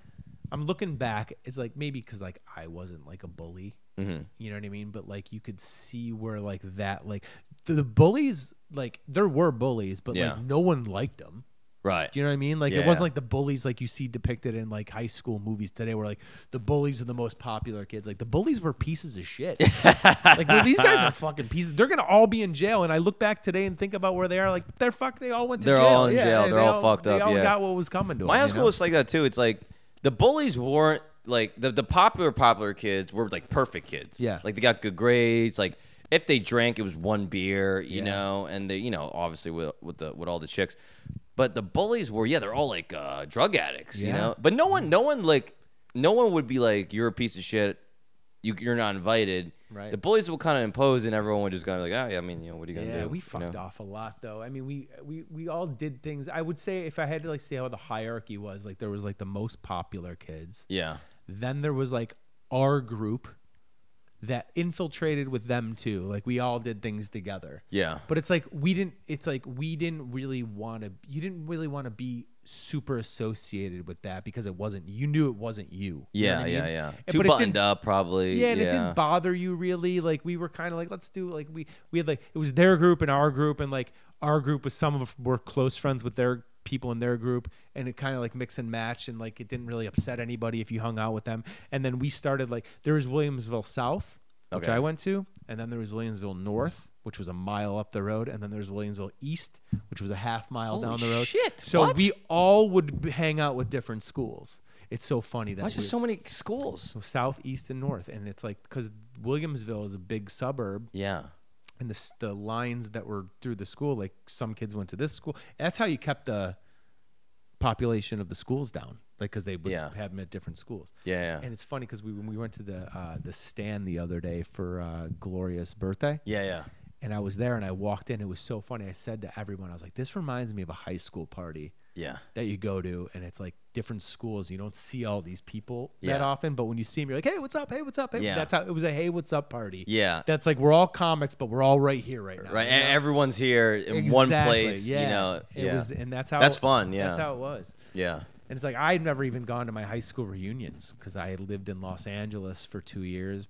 I'm looking back, it's like maybe because like I wasn't like a bully, Mm-hmm. you know what I mean? But like you could see where like that, like the, the bullies, like there were bullies, but Yeah. like no one liked them. Right. Do you know what I mean? Like Yeah. it wasn't like the bullies like you see depicted in like high school movies today, where like the bullies are the most popular kids. Like the bullies were pieces of shit. like well, these guys are fucking pieces. They're gonna all be in jail. And I look back today and think about where they are. Like they're fuck. They all went to They're jail. all in Yeah, jail. they They're all fucked They up, all yeah. got what was coming to them. My high you school know? was like that too. It's like the bullies weren't like the, the popular popular kids were like perfect kids. Yeah. Like they got good grades. Like if they drank, it was one beer, you Yeah. know, and they you know obviously with with the with all the chicks. But the bullies were, yeah, they're all like uh, drug addicts, you Yeah. know. But no one, no one like, no one would be like, you're a piece of shit. You, you're not invited. Right. The bullies will kind of impose, and everyone would just kind of like, oh, yeah, I mean, you know, what are you gonna do? Yeah, we You fucked know? off a lot though. I mean, we we we all did things. I would say if I had to like see how the hierarchy was, like there was like the most popular kids. Yeah. Then there was like our group that infiltrated with them too. Like we all did things together. Yeah. But it's like we didn't it's like we didn't really want to you didn't really want to be super associated with that because it wasn't you knew it wasn't you. You know Yeah, what I yeah, mean? yeah. And- Too but it buttoned didn't- up, probably. yeah, and it didn't bother you really. Like we were kind of like, let's do like we we had like it was their group and our group and like our group was some of were close friends with their people in their group and it kind of like mix and match and like it didn't really upset anybody if you hung out with them. And then we started like there was Williamsville South, which Okay. I went to, and then there was Williamsville North, which was a mile up the road, and then there's Williamsville East, which was a half mile Holy down the road. shit, So what? we all would b- hang out with different schools. It's so funny that Why is there we- so many schools? so south, east, and north, and it's like because Williamsville is a big suburb, Yeah. and the s- the lines that were through the school, like some kids went to this school. That's how you kept the population of the schools down, like because they would Yeah. have them at different schools. Yeah. Yeah. And it's funny because we when we went to the uh, the stand the other day for uh, Gloria's birthday, Yeah. Yeah. and I was there and I walked in. It was so funny. I said to everyone, I was like, "This reminds me of a high school party." Yeah. that you go to and it's like different schools you don't see all these people that Yeah. often but when you see them you're like hey what's up hey what's up hey Yeah. that's how it was a hey what's up party Yeah. that's like we're all comics but we're all right here right now right. you And know? everyone's here in one Exactly, place. yeah. You know. it yeah. was and that's how That's fun, yeah. that's how it was yeah. and it's like i'd never even gone to my high school reunions because i had lived in los angeles for two years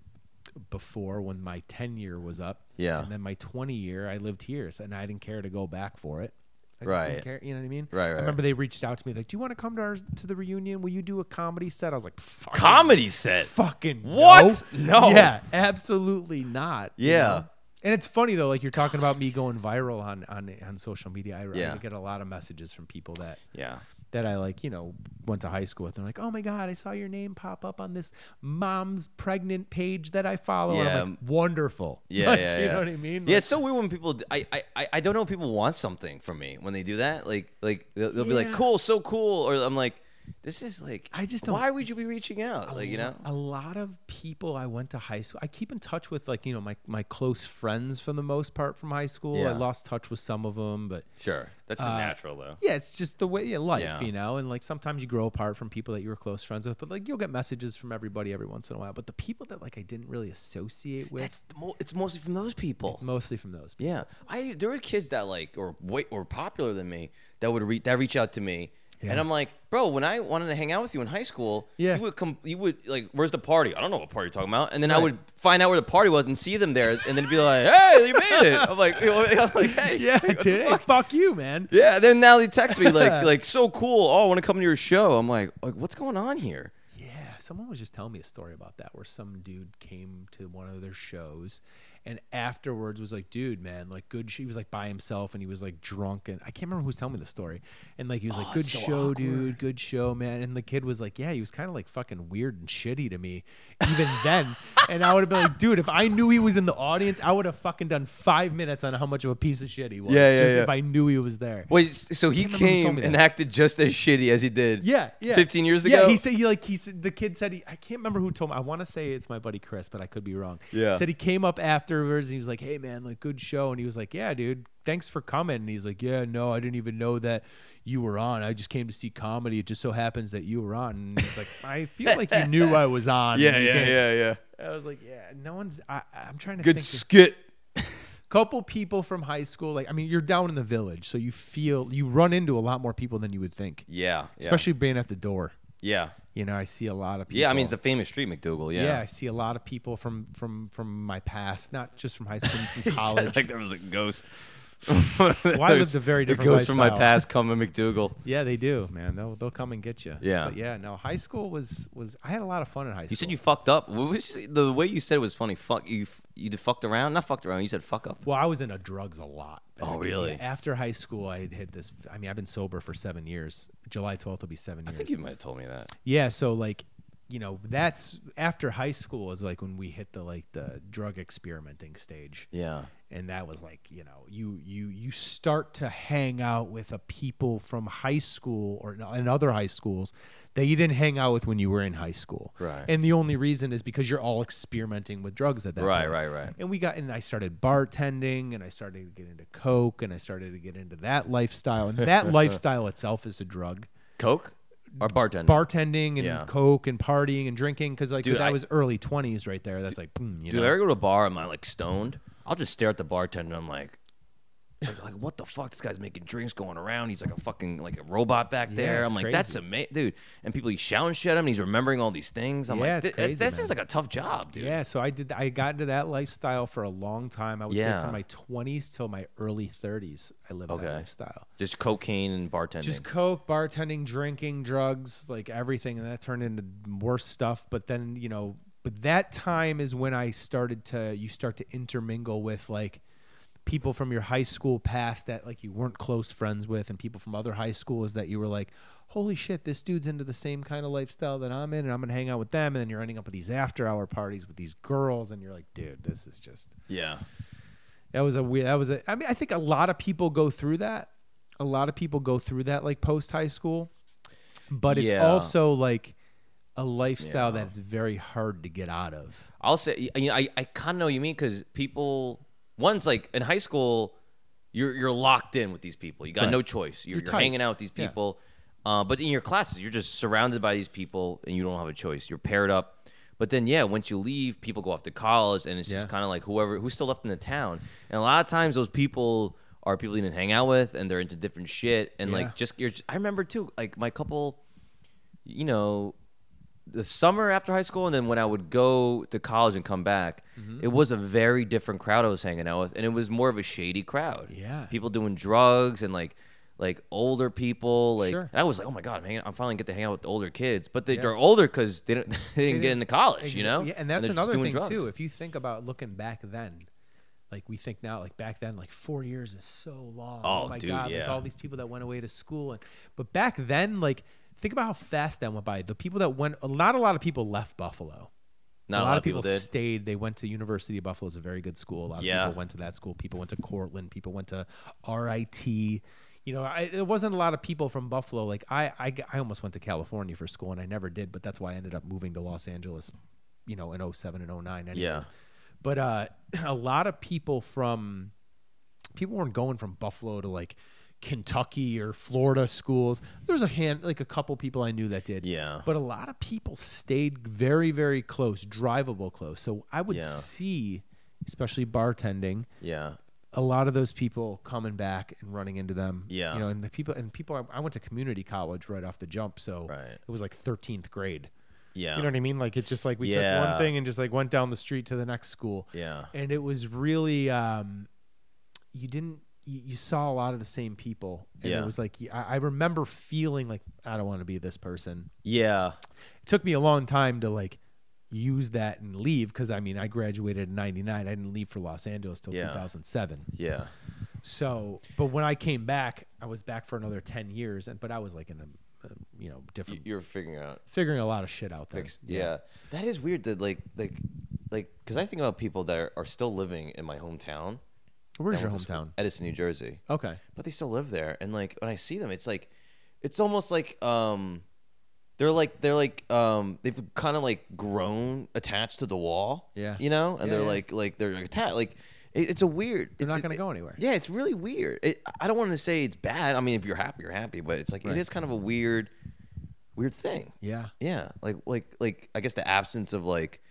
before when my 10 year was up Yeah. and then my 20 year i lived here so, and i didn't care to go back for it I just Right. didn't care, you know what I mean? Right, right, I remember they reached out to me like, "Do you want to come to our to the reunion? Will you do a comedy set?" I was like, "Fucking- Comedy set. Fucking What? No. No. Yeah, absolutely not. you Yeah. know? And it's funny though, like you're talking about me going viral on on, on social media. I, Yeah. I get a lot of messages from people that Yeah. that I like, you know, went to high school with. They're like, "Oh my god, I saw your name pop up on this mom's pregnant page that I follow." And I'm Yeah. like, "Wonderful." Yeah, Like, yeah, you yeah. know what I mean? yeah, it's so weird when people. d- I, I- I, I don't know. if People want something from me when they do that. Like, like they'll, they'll be like, Yeah. "Cool, so cool," or I'm like, "This is like, I just don't- why would you be reaching out?" Like, you know, a lot of people I went to high school. I keep in touch with like you know my my close friends for the most part from high school. Yeah. I lost touch with some of them, but sure, that's Uh, just natural though. yeah, it's just the way yeah, life, Yeah. you know. And like sometimes you grow apart from people that you were close friends with, but like you'll get messages from everybody every once in a while. But the people that like I didn't really associate with, That's the mo- it's mostly from those people. it's mostly from those. people. Yeah, I there were kids that like or way or popular than me that would re- that reach out to me, and I'm like, bro, when I wanted to hang out with you in high school, Yeah. you would come, you would like, where's the party? I don't know what party you're talking about, and then I Right. would find out where the party was and see them there, and then be like, hey, you made it. I'm like, I'm like hey, Yeah, what the dude. hey, fuck? Fuck? you, man. Yeah, then now they text me like like so cool. Oh, I want to come to your show. I'm like, like what's going on here? Yeah, someone was just telling me a story about that where some dude came to one of their shows and afterwards was like, dude, man, like good sh-" he was like by himself and he was like drunk and I can't remember who was telling me the story. And like he was like, Good Oh, it's so show, awkward. dude, good show, man. And the kid was like, Yeah, he was kinda like fucking weird and shitty to me even then. And I would have been like, dude, if I knew he was in the audience, I would have fucking done five minutes on how much of a piece of shit he was. Yeah, yeah, just yeah. if I knew he was there. Wait, s- so he can't remember who told came me and that. acted just as shitty as he did. Yeah, yeah. 15 years ago. Yeah, he said he like he said the kid said he I can't remember who told me. I want to say it's my buddy Chris, but I could be wrong. Yeah. Said he came up afterwards and he was like, "Hey man, like good show." And he was like, "Yeah, dude, thanks for coming." And he's like, "Yeah, no, I didn't even know that you were on. I just came to see comedy. It just so happens that you were on." And he's like, "I feel like you knew I was on." yeah, And he yeah, came- yeah, yeah. I was like, "Yeah, no one's I I'm trying to Good think skit. couple people from high school like I mean, you're down in the village, so you feel you run into a lot more people than you would think, Yeah, yeah, especially being at the door. yeah, You know, I see a lot of people. yeah. I mean, it's a famous street, McDougal. Yeah, yeah. I see a lot of people from from from my past, not just from high school, He from said college. like there was a ghost. I lived a very The different ghost from my lifestyle. past, coming McDougal. yeah, they do, man. They'll they'll come and get you. Yeah. but yeah. No, high school was was I had a lot of fun in high school. You said you fucked up. What was you- the way you said it was funny. Fuck you. f- You did fucked around, not fucked around. You said fuck up. Well, I was into drugs a lot. back Oh, in- really? yeah, After high school, I had hit this. I mean, I've been sober for seven years. July twelfth will be seven I years. think you might have told me that. Yeah, so like, you know, that's after high school is like when we hit the like the drug experimenting stage. Yeah. and that was like you know you you you start to hang out with a people from high school or in- in other high schools that you didn't hang out with when you were in high school Right. and the only reason is because you're all experimenting with drugs at that Right, point. right, right. and we got and i started bartending and i started to get into coke and i started to get into that lifestyle and that lifestyle itself is a drug Coke or bartender? bartending and Mm. Yeah. coke and partying and drinking because like Dude, that I- was early 20s right there that's like boom you Dude, know I ever go to a bar and I'm like stoned, I'll just stare at the bartender. and I'm like, like, like, what the fuck? This guy's making drinks going around. He's like a fucking like a robot back there. it's I'm like, that's amazing, dude. And people he's shouting shit at him. And he's remembering all these things. I'm Yeah, like, it's "Th- that- crazy, that man. seems like a tough job, dude. Yeah, so I did. I got into that lifestyle for a long time. I would say Yeah. from my twenties till my early thirties, I lived Okay. that lifestyle. Just cocaine and bartending. Just coke, bartending, drinking, drugs, like everything, and that turned into worse stuff. But then you know, but that time is when I started to you start to intermingle with like people from your high school past that like you weren't close friends with, and people from other high schools that you were like. Holy shit, this dude's into the same kind of lifestyle that I'm in, and I'm gonna hang out with them. And then you're ending up with these after hour parties with these girls, and you're like, dude, this is just yeah. that was a weird. That was a. I mean, I think a lot of people go through that. A lot of people go through that like post high school, but it's Yeah. also like a lifestyle Yeah. that's very hard to get out of. I'll say, you know, I, I kind of know what you mean because people, one's like in high school, you're you're locked in with these people. You got Right. no choice. You're, You're you're, tight. hanging out with these Yeah. people. Uh, but in your classes, you're just surrounded by these people and you don't have a choice. You're paired up. But then, yeah, once you leave, people go off to college and it's Yeah. just kind of like whoever who's still left in the town. And a lot of times, those people are people you didn't hang out with and they're into different shit. And Yeah. like, just you're, I remember too, like my couple you know, the summer after high school and then when I would go to college and come back, Mm-hmm. it was a very different crowd I was hanging out with and it was more of a shady crowd. Yeah. People doing drugs and like like older people like Sure. and I was like, "Oh my god, I'm hanging I'm finally get to hang out with older kids." But they, Yeah. they're older cuz they didn't they didn't didn't- get into college, you Exa- know? Yeah, and that's they're just another doing thing drugs. too. If you think about looking back then, like we think now, like back then, like four years is so long. Oh, my dude, god! Like yeah. all these people that went away to school, and but back then, like think about how fast that went by. The people that went, not a lot of people left Buffalo. Not a lot of people, did. stayed. They went to University of Buffalo. It's a very good school. A lot of Yeah. people went to that school. People went to Cortland. People went to RIT. You know, I, it wasn't a lot of people from Buffalo. Like I, I, I almost went to California for school, and I never did. But that's why I ended up moving to Los Angeles. You know, in 07 and 09. Anyways. Yeah. But uh, a lot of people from people weren't going from Buffalo to like Kentucky or Florida schools. There was a hand, like a couple people I knew that did. Yeah. But a lot of people stayed very, very close, drivable close. So I would Yeah. see, especially bartending, Yeah. a lot of those people coming back and running into them. Yeah. You know, and the people, and people, I went to community college right off the jump. So Right. it was like 13th grade. Yeah. You know what I mean? Like it's just like we took Yeah. one thing and just like went down the street to the next school. Yeah. And it was really um you didn't you, you saw a lot of the same people. And Yeah. it was like I, I remember feeling like I don't want to be this person. yeah. It took me a long time to like use that and leave because I mean I graduated in ninety nine. I didn't leave for Los Angeles till Yeah. two thousand seven. Yeah. So but when I came back, I was back for another ten years and but I was like in a, a you know, You- different You're figuring out figuring a lot of shit out there. Fix- yeah. that is weird. That like like like because I think about people that are, are still living in my hometown. Where's That your went to school- hometown? Edison, New Jersey. Okay. But they still live there, and like when I see them, it's like it's almost like um they're like they're like um they've kind of like grown attached to the wall. Yeah. you know, and Yeah, they're yeah. like like they're attached like. it- It's a weird. They're it's- not gonna it- go anywhere. Yeah, it's really weird. It, I don't want to say it's bad. I mean, if you're happy, you're happy. But it's like Right. it is kind of a weird, weird thing. Yeah. Yeah, like like like I guess the absence of like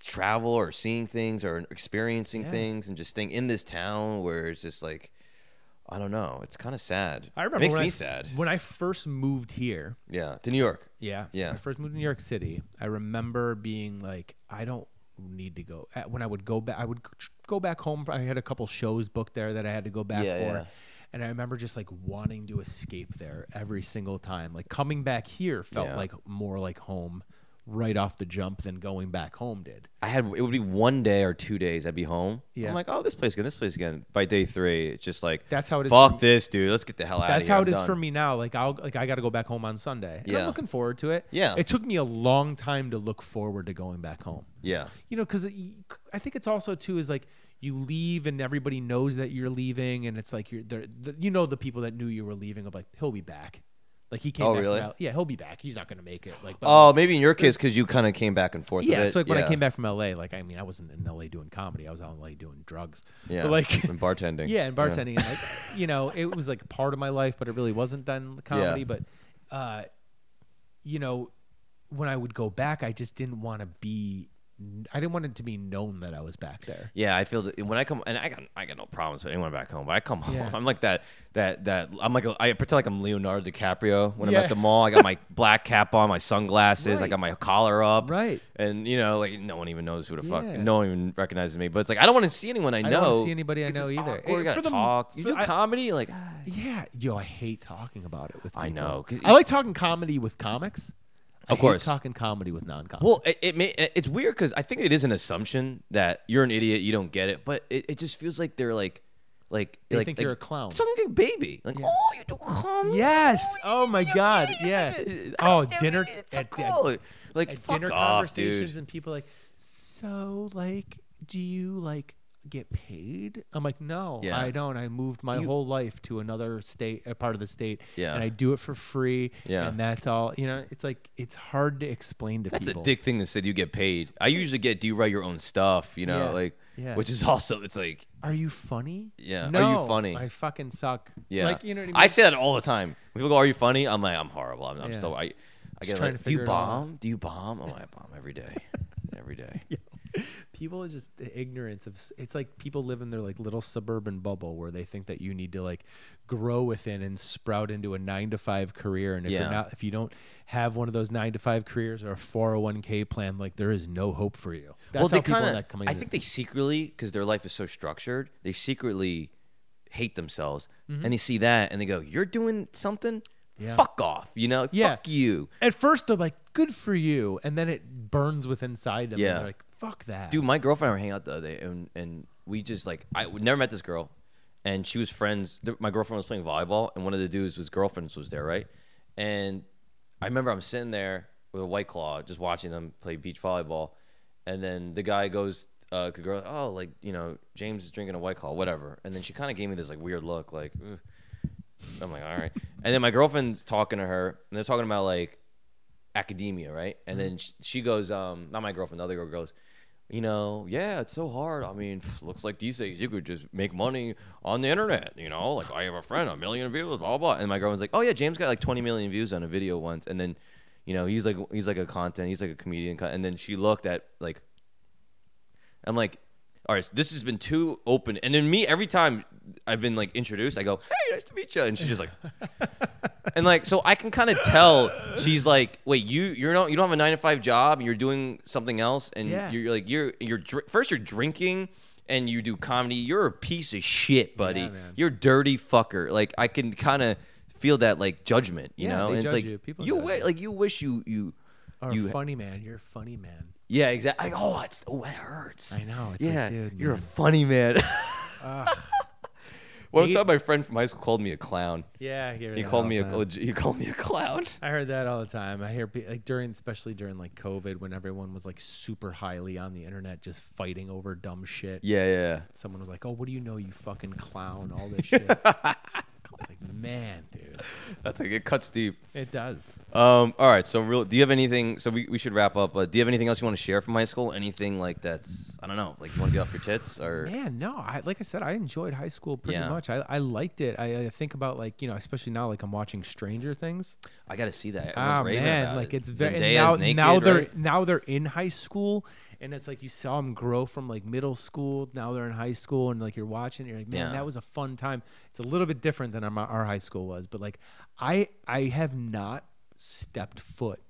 travel or seeing things or experiencing Yeah. things and just staying in this town where it's just like I don't know. It's kind of sad. I remember it makes when me I, sad. When I first moved here, Yeah, to New York. yeah, Yeah. when I first moved to New York City, I remember being like, I don't need to go. uh, When I would go back, I would c- go back home. I had a couple shows booked there that I had to go back Yeah, for. yeah. And I remember just like wanting to escape there every single time. Like coming back here felt Yeah. like more like home right off the jump than going back home did. I had it would be one day or two days. I'd be home. Yeah. I'm like, oh, this place again, this place again. By day three, it's just like That's how it is Fuck for me. this, dude. Let's get the hell out. That's here. how I'm it is for done." me now. Like I'll like I got to go back home on Sunday. And I'm Yeah. looking forward to it. Yeah. It took me a long time to look forward to going back home. Yeah, you know, because I think it's also too is like you leave and everybody knows that you're leaving, and it's like you're there. The, you know the people that knew you were leaving of like he'll be back. Like he came Oh, back from really? L- yeah, he'll be back. He's not gonna make it. Like blah, blah, Oh, maybe in your case because you kind of came back and forth. a yeah, bit. it's like when Yeah. I came back from LA. Like, I mean, I wasn't in LA doing comedy. I was out in LA doing drugs. But, Yeah, like, and bartending. yeah, and bartending. And like, you know, it was like part of my life, but it really wasn't then the comedy. Yeah. But, uh, you know, when I would go back, I just didn't want to be. I didn't want it to be known that I was back there. Yeah, I feel that when I come and I got I got no problems with anyone back home. But I come Yeah. home, I'm like that that that I'm like a, I pretend like I'm Leonardo DiCaprio when I'm Yeah. at the mall. I got my black cap on, my sunglasses, I Right. got my collar up, Right. And you know, like no one even knows who the fuck, Yeah. no one even recognizes me. But it's like I don't want to see anyone I know. I don't wanna see anybody I know either. Or Eh, you gotta for the- talk. You for- do I- comedy, like Yeah, yo, I hate talking about it with. I people. know, 'cause I like talking comedy with comics. I Of hate course. talking comedy with non-comics. Well, it, it may, it's weird because I think it is an assumption that you're an idiot, you don't get it, but it, it just feels like they're like, like They like, think like- you're a clown. Something like a baby, like Yeah. oh, you do come. Yes. Oh my God. Yeah. Oh, dinner It's at- so at- cool. like at fuck dinner off, conversations dude. and people like, so like, do you like get paid? I'm like, no, Yeah. I don't. I moved my whole life to another state, a part of the state, Yeah. and I do it for free. Yeah. and that's all. You know, it's like it's hard to explain to That's people. a dick thing to say. You get paid. I usually get do you write your own stuff, you know, Yeah. like Yeah. which is also it's like Are you funny? Yeah. Are you No, funny? I fucking suck. yeah. Like you know what I mean? say that all the time. People go, "Are you funny?" I'm like, "I'm horrible. I'm, I'm Yeah. still I." I get trying like, to "Do you figure it all out." bomb? Do you bomb?" I'm like, "I bomb every day, every day." people are just the ignorance of s- it's like people live in their like little suburban bubble where they think that you need to like grow within and sprout into a 9 to 5 career and if Yeah. you're not if you don't have one of those 9 to 5 careers or a 401k plan like there is no hope for you that's how people kinda- in that coming I think they secretly, because their life is so structured, they secretly hate themselves, and they see that and they go, "You're doing something." Mm-hmm. Yeah. Fuck off, you know. Yeah. Fuck you. at first they're like good for you and then it burns with inside them Yeah. and they're like fuck that Dude, my girlfriend and I were hanging out the other day, and, and we just like I we never met this girl, and she was friends. th- My girlfriend was playing volleyball, and one of the dudes was girlfriends was there, right? And I remember I'm sitting there with a white claw, just watching them play beach volleyball, and then the guy goes, uh, the girl, oh, like you know, James is drinking a white claw, whatever. And then she kind of gave me this like weird look, like. "Ugh." I'm like, all right. And then my girlfriend's talking to her, and they're talking about like academia, right? And then she, she goes, um, not my girlfriend, the other girl goes, you know, yeah, it's so hard. I mean, looks like these days you could just make money on the internet, you know? Like I have a friend, a million views, blah blah. blah. And my girlfriend's like, oh yeah, James got like 20 million views on a video once, and then, you know, he's like he's like a content, he's like a comedian, co- and then she looked at like I'm like, all right, so this has been too open. And then me, every time I've been like introduced, I go, hey, nice to meet you. And she's just like, and like, so I can kind of tell she's like, wait, you you're not you don't have a nine to five job. You're doing something else, and Yeah. you're like you're you're dr- first you're drinking. And you do comedy, you're a piece of shit, buddy. Yeah, man. you're a dirty fucker. Like I can kind of feel that like judgment, you Yeah, know. and they it's judge like you. People you judge wi- you. like you wish you you Or you funny man you're a funny man yeah, exactly. oh, it's oh, it hurts. I know, it's like, yeah, dude, you're man. a funny man. One Do you- time, my friend from high school called me a clown. yeah He called me a legi- he called me a clown. I heard that all the time. I hear pe- like during, especially during like COVID, when everyone was like super highly on the internet, just fighting over dumb shit. Yeah, yeah. Someone was like, "Oh, what do you know, you fucking clown?" All this shit. It's like, man, dude, That's like it cuts deep. it does. Um, all right. So, real. Do you have anything? So we, we should wrap up. Uh, do you have anything else you want to share from high school? Anything like that's I don't know. Like you want to get off your tits or Man, no, I like I said, I enjoyed high school pretty Yeah. much. I, I liked it. I, I think about like you know, especially now, like I'm watching Stranger Things. I got to see that. Everyone's Ah raving man, about like it. it's very and Zendaya's now naked, now they're right? now they're in high school and it's like you saw them grow from like middle school now they're in high school and like you're watching you're like man Yeah. that was a fun time. It's a little bit different than our, our high school was, but like I I have not stepped foot.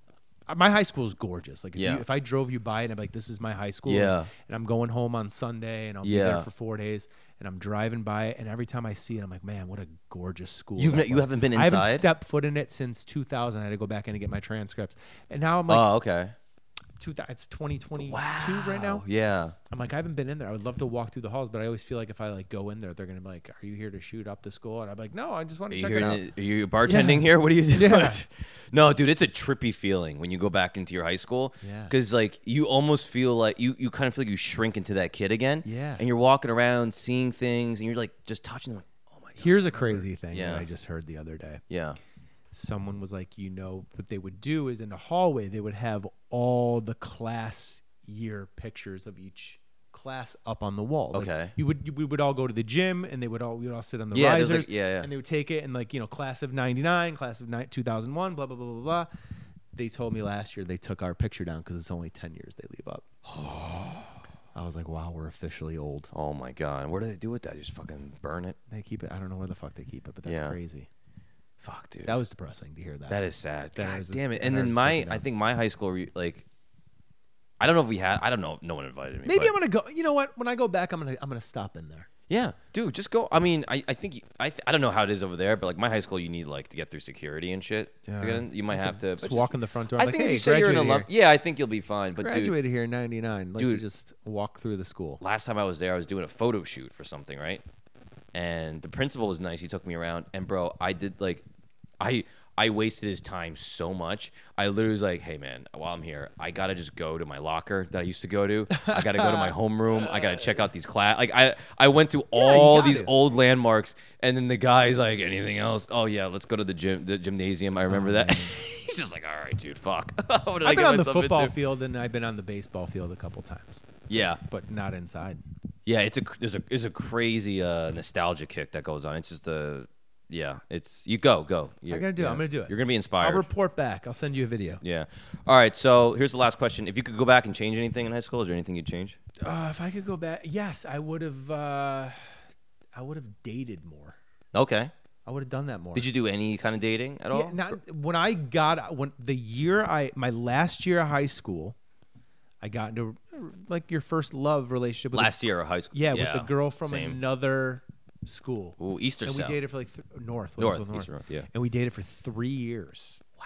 Uh, My high school is gorgeous. Like if, Yeah. you, if I drove you by it, I'm like, this is my high school. Yeah. And I'm going home on Sunday, and I'll be Yeah. there for four days. And I'm driving by it, and every time I see it, I'm like, man, what a gorgeous school. You've that ne- you was." haven't been I haven't inside? Uh, stepped foot in it since 2000. I had to go back in to get my transcripts, and now I'm like, oh, okay. two, thou- it's 2022 right now. Yeah. I'm like, I haven't been in there. I would love to walk through the halls, but I always feel like if I like go in there, they're gonna be like, "Are you here to shoot up the school?" And I'm like, "No, I just want Are to you, check here it out." in- are you bartending here? What are you doing? Yeah. No, dude, it's a trippy feeling when you go back into your high school. Yeah. Because, like, you almost feel like you, you kind of feel like you shrink into that kid again. Yeah. And you're walking around, seeing things, and you're like just touching them. Like, oh my God. Here's a crazy thing Yeah. that I just heard the other day. Yeah. someone was like, you know, what they would do is in the hallway, they would have all the class year pictures of each class up on the wall. Like, Okay. you would, you, we would all go to the gym and they would all, we would all sit on the Yeah, there's like- risers yeah, yeah. and they would take it and like, you know, class of 99, class of ni- 2001, blah, blah, blah, blah, blah. They told me last year they took our picture down because it's only 10 years they leave up. I was like, wow, we're officially old. Oh my God. What do they do with that? Just fucking burn it? They keep it. I don't know where the fuck they keep it, but that's Yeah. crazy. Fuck, dude. That was depressing to hear that. That is sad. That God is- damn it. that And then is my, sticking I out. think my high school, re- like, I don't know if we had, I don't know. No one invited me. Maybe but- I'm gonna go. You know what? When I go back, I'm gonna I'm gonna stop in there. Yeah, dude, just go. I mean, I, I think you- I th- I don't know how it is over there, but like my high school, you need like to get through security and shit. Yeah. You're gonna- You might have to but Just walk in the front door. I I'm like, think if hey, you say you're an graduated alum. Yeah, I think you'll be fine. But dude, Graduated here in '99. Let's Dude. just walk through the school. last time I was there, I was doing a photo shoot for something, right? And the principal was nice. He took me around, and bro, I did like, I I wasted his time so much. I literally was like, hey man, while I'm here, I gotta just go to my locker that I used to go to. I gotta go to my homeroom. I gotta check out these class. Like I I went to all these gotta. old landmarks, and then the guy's like, anything else? Oh yeah, let's go to the gym, the gymnasium. I remember that. He's just like, all right, dude, fuck. What did I Mm. I've been get on the myself into?" football field and I've been on the baseball field a couple times, Yeah. but not inside. Yeah, it's a cr- there's a there's a crazy uh, nostalgia kick that goes on. It's just a yeah. It's you go go. You're, gotta do it. yeah. I'm gonna do it. You're gonna be I'll inspired. report back. I'll send you a video. yeah. All right. So here's the last question. If you could go back and change anything in high school, is there anything you'd change? Uh, if I could go back, yes, I would have. Uh, I would have dated more. Okay. I would have done that more. Did you do any kind of dating at all? Yeah, not when I got when the year I my last year of high school, I got into like your first love relationship with a- last year of high school. yeah, with the girl from same. another school. Ooh, Easter and we South. dated for like th- north, North, Wales, Easter North, yeah. and we dated for three years. Wow.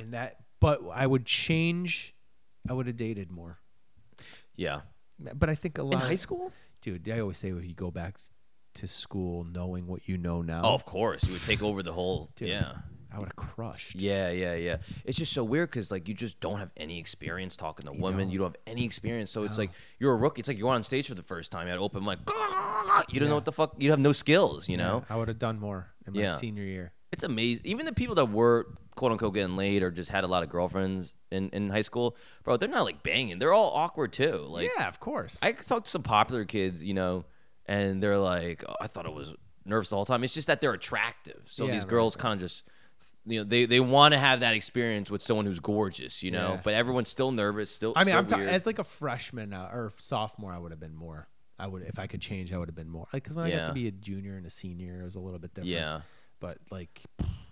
And that, but I would change. I would have dated more, yeah. but I think a lot of- school? dude. I always say if you go back to school knowing what you know now, Oh, of course. You would take over the whole. dude, Yeah. I would have crushed. Yeah, yeah, yeah. It's just so weird because like you just don't have any experience talking to women. You don't have any experience, so it's like you're a rookie. It's like you're on stage for the first time. You had open mic. You don't know what the fuck. You have no skills. You know, I would have done more in my Yeah. senior year. it's amazing. Even the people that were quote unquote getting laid or just had a lot of girlfriends in in high school, bro, they're not like banging. They're all awkward too. Like yeah, of course. I talked to some popular kids, you know, and they're like, oh, I thought it was nerves the whole time. It's just that they're attractive. So Yeah, these right, girls kind of just, you know, they, they want to have that experience with someone who's gorgeous, you know, Yeah. but everyone's still nervous, still. I mean, still I'm ta- weird. as like a freshman uh, or sophomore, I would have been more. I would if I could change, I would have been more. Like because when I got Yeah. to be a junior and a senior, it was a little bit different. Yeah. But like,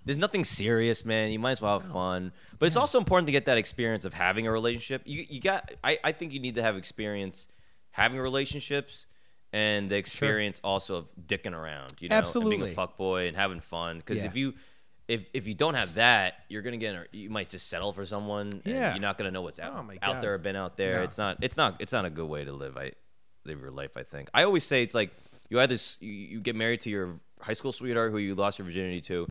There's nothing serious, man. You might as well have fun. But it's also important to get that experience of having a relationship. You, you got, I, I think you need to have experience having relationships and the experience also of dicking around, you know, and Absolutely. being a fuckboy and having fun. Because Yeah. if you, if, if you don't have that, you're gonna get in a- you might just settle for someone. and Yeah. you're not gonna know what's out, Oh my out God. there or been out there. No. It's not it's not it's not a good way to live. I live your life. I think I always say it's like you either s- you, you get married to your high school sweetheart who you lost your virginity to,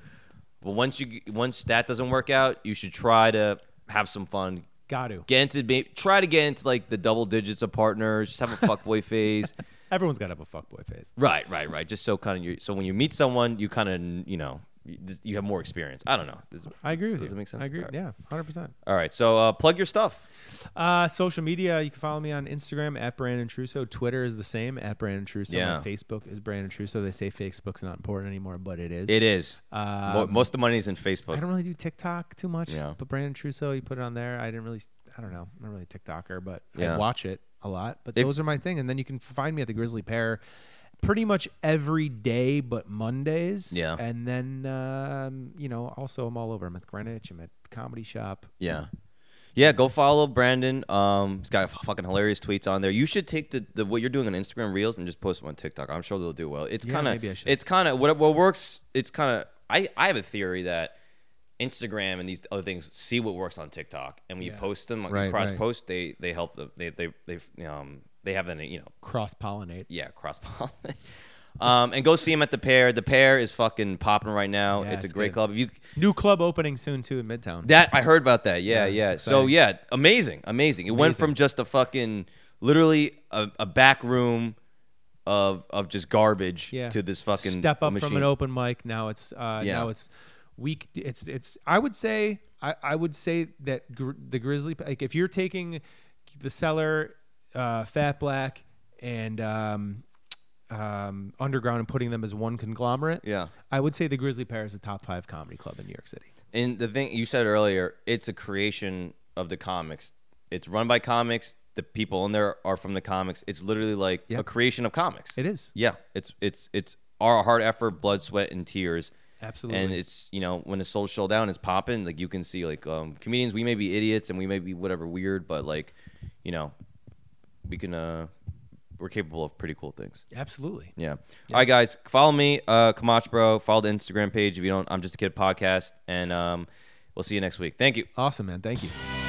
but once you g- once that doesn't work out, you should try to have some fun. got to. Get into ba- try to get into like the double digits of partners. Just have a fuckboy phase. Everyone's got to have a fuckboy phase. Right, right, right. Just so kind of you. So when you meet someone, you kind of you know you you have more experience. I don't know. Does- I agree with Does you. it make sense? I agree. All right. Yeah, hundred percent. All right. So uh, plug your stuff. Uh, social media. You can follow me on Instagram at Brandon Trusso. Twitter is the same at Brandon Trusso. My Yeah. Facebook is Brandon Trusso. They say Facebook's not important anymore, but it is. It is. Mo- Um, most of the money is in Facebook. I don't really do TikTok too much, Yeah. but Brandon Trusso, you put it on there. I didn't really, I don't know, I'm not really a TikToker, but Yeah. I watch it a lot. But If- those are my thing. And then you can find me at the Grizzly Pair pretty much every day but Mondays. Yeah. And then, um, you know, also I'm all over. I'm at Greenwich, I'm at Comedy Shop. Yeah. Yeah, go follow Brandon. Um, he's got fucking hilarious tweets on there. You should take the, the what you're doing on Instagram Reels and just post them on TikTok. I'm sure they'll do well. It's Yeah, kind of maybe I should. it's kind of what what works. It's kind of I I have a theory that Instagram and these other things see what works on TikTok, and when you Yeah. post them, like Right, you cross right. post, they they help them. They they they um they have an you know Cross pollinate. yeah cross pollen. um, and go see him at the pair. The pair is fucking popping right now. Yeah, it's, a it's great good. club. If you New club opening soon too in Midtown. that I heard about that. Yeah, Yeah, yeah. it's So exciting. yeah, amazing, amazing. It went from just a fucking literally a, a back room of of just garbage yeah. to this fucking step up machine. from an open mic. Now it's uh, Yeah. now it's week. It's it's. I would say I, I would say that gr- the Grizzly like if you're taking the seller, uh, Fat Black, and um, um, Underground and putting them as one conglomerate. Yeah. I would say the Grizzly Pair is a top five comedy club in New York City. And the thing you said earlier, it's a creation of the comics. It's run by comics. The people in there are from the comics. It's literally like Yeah. a creation of comics. It is. Yeah. It's it's it's our hard effort, blood, sweat, and tears. Absolutely. And it's you know when the soul shell down is popping, like you can see like um, comedians. We may be idiots and we may be whatever weird, but like you know we can uh we're capable of pretty cool things. Absolutely. Yeah. All right, guys, follow me, uh, Kamach Bro. Follow the Instagram page if you don't. I'm just a kid podcast, and um, we'll see you next week. Thank you. Awesome, man. Thank you.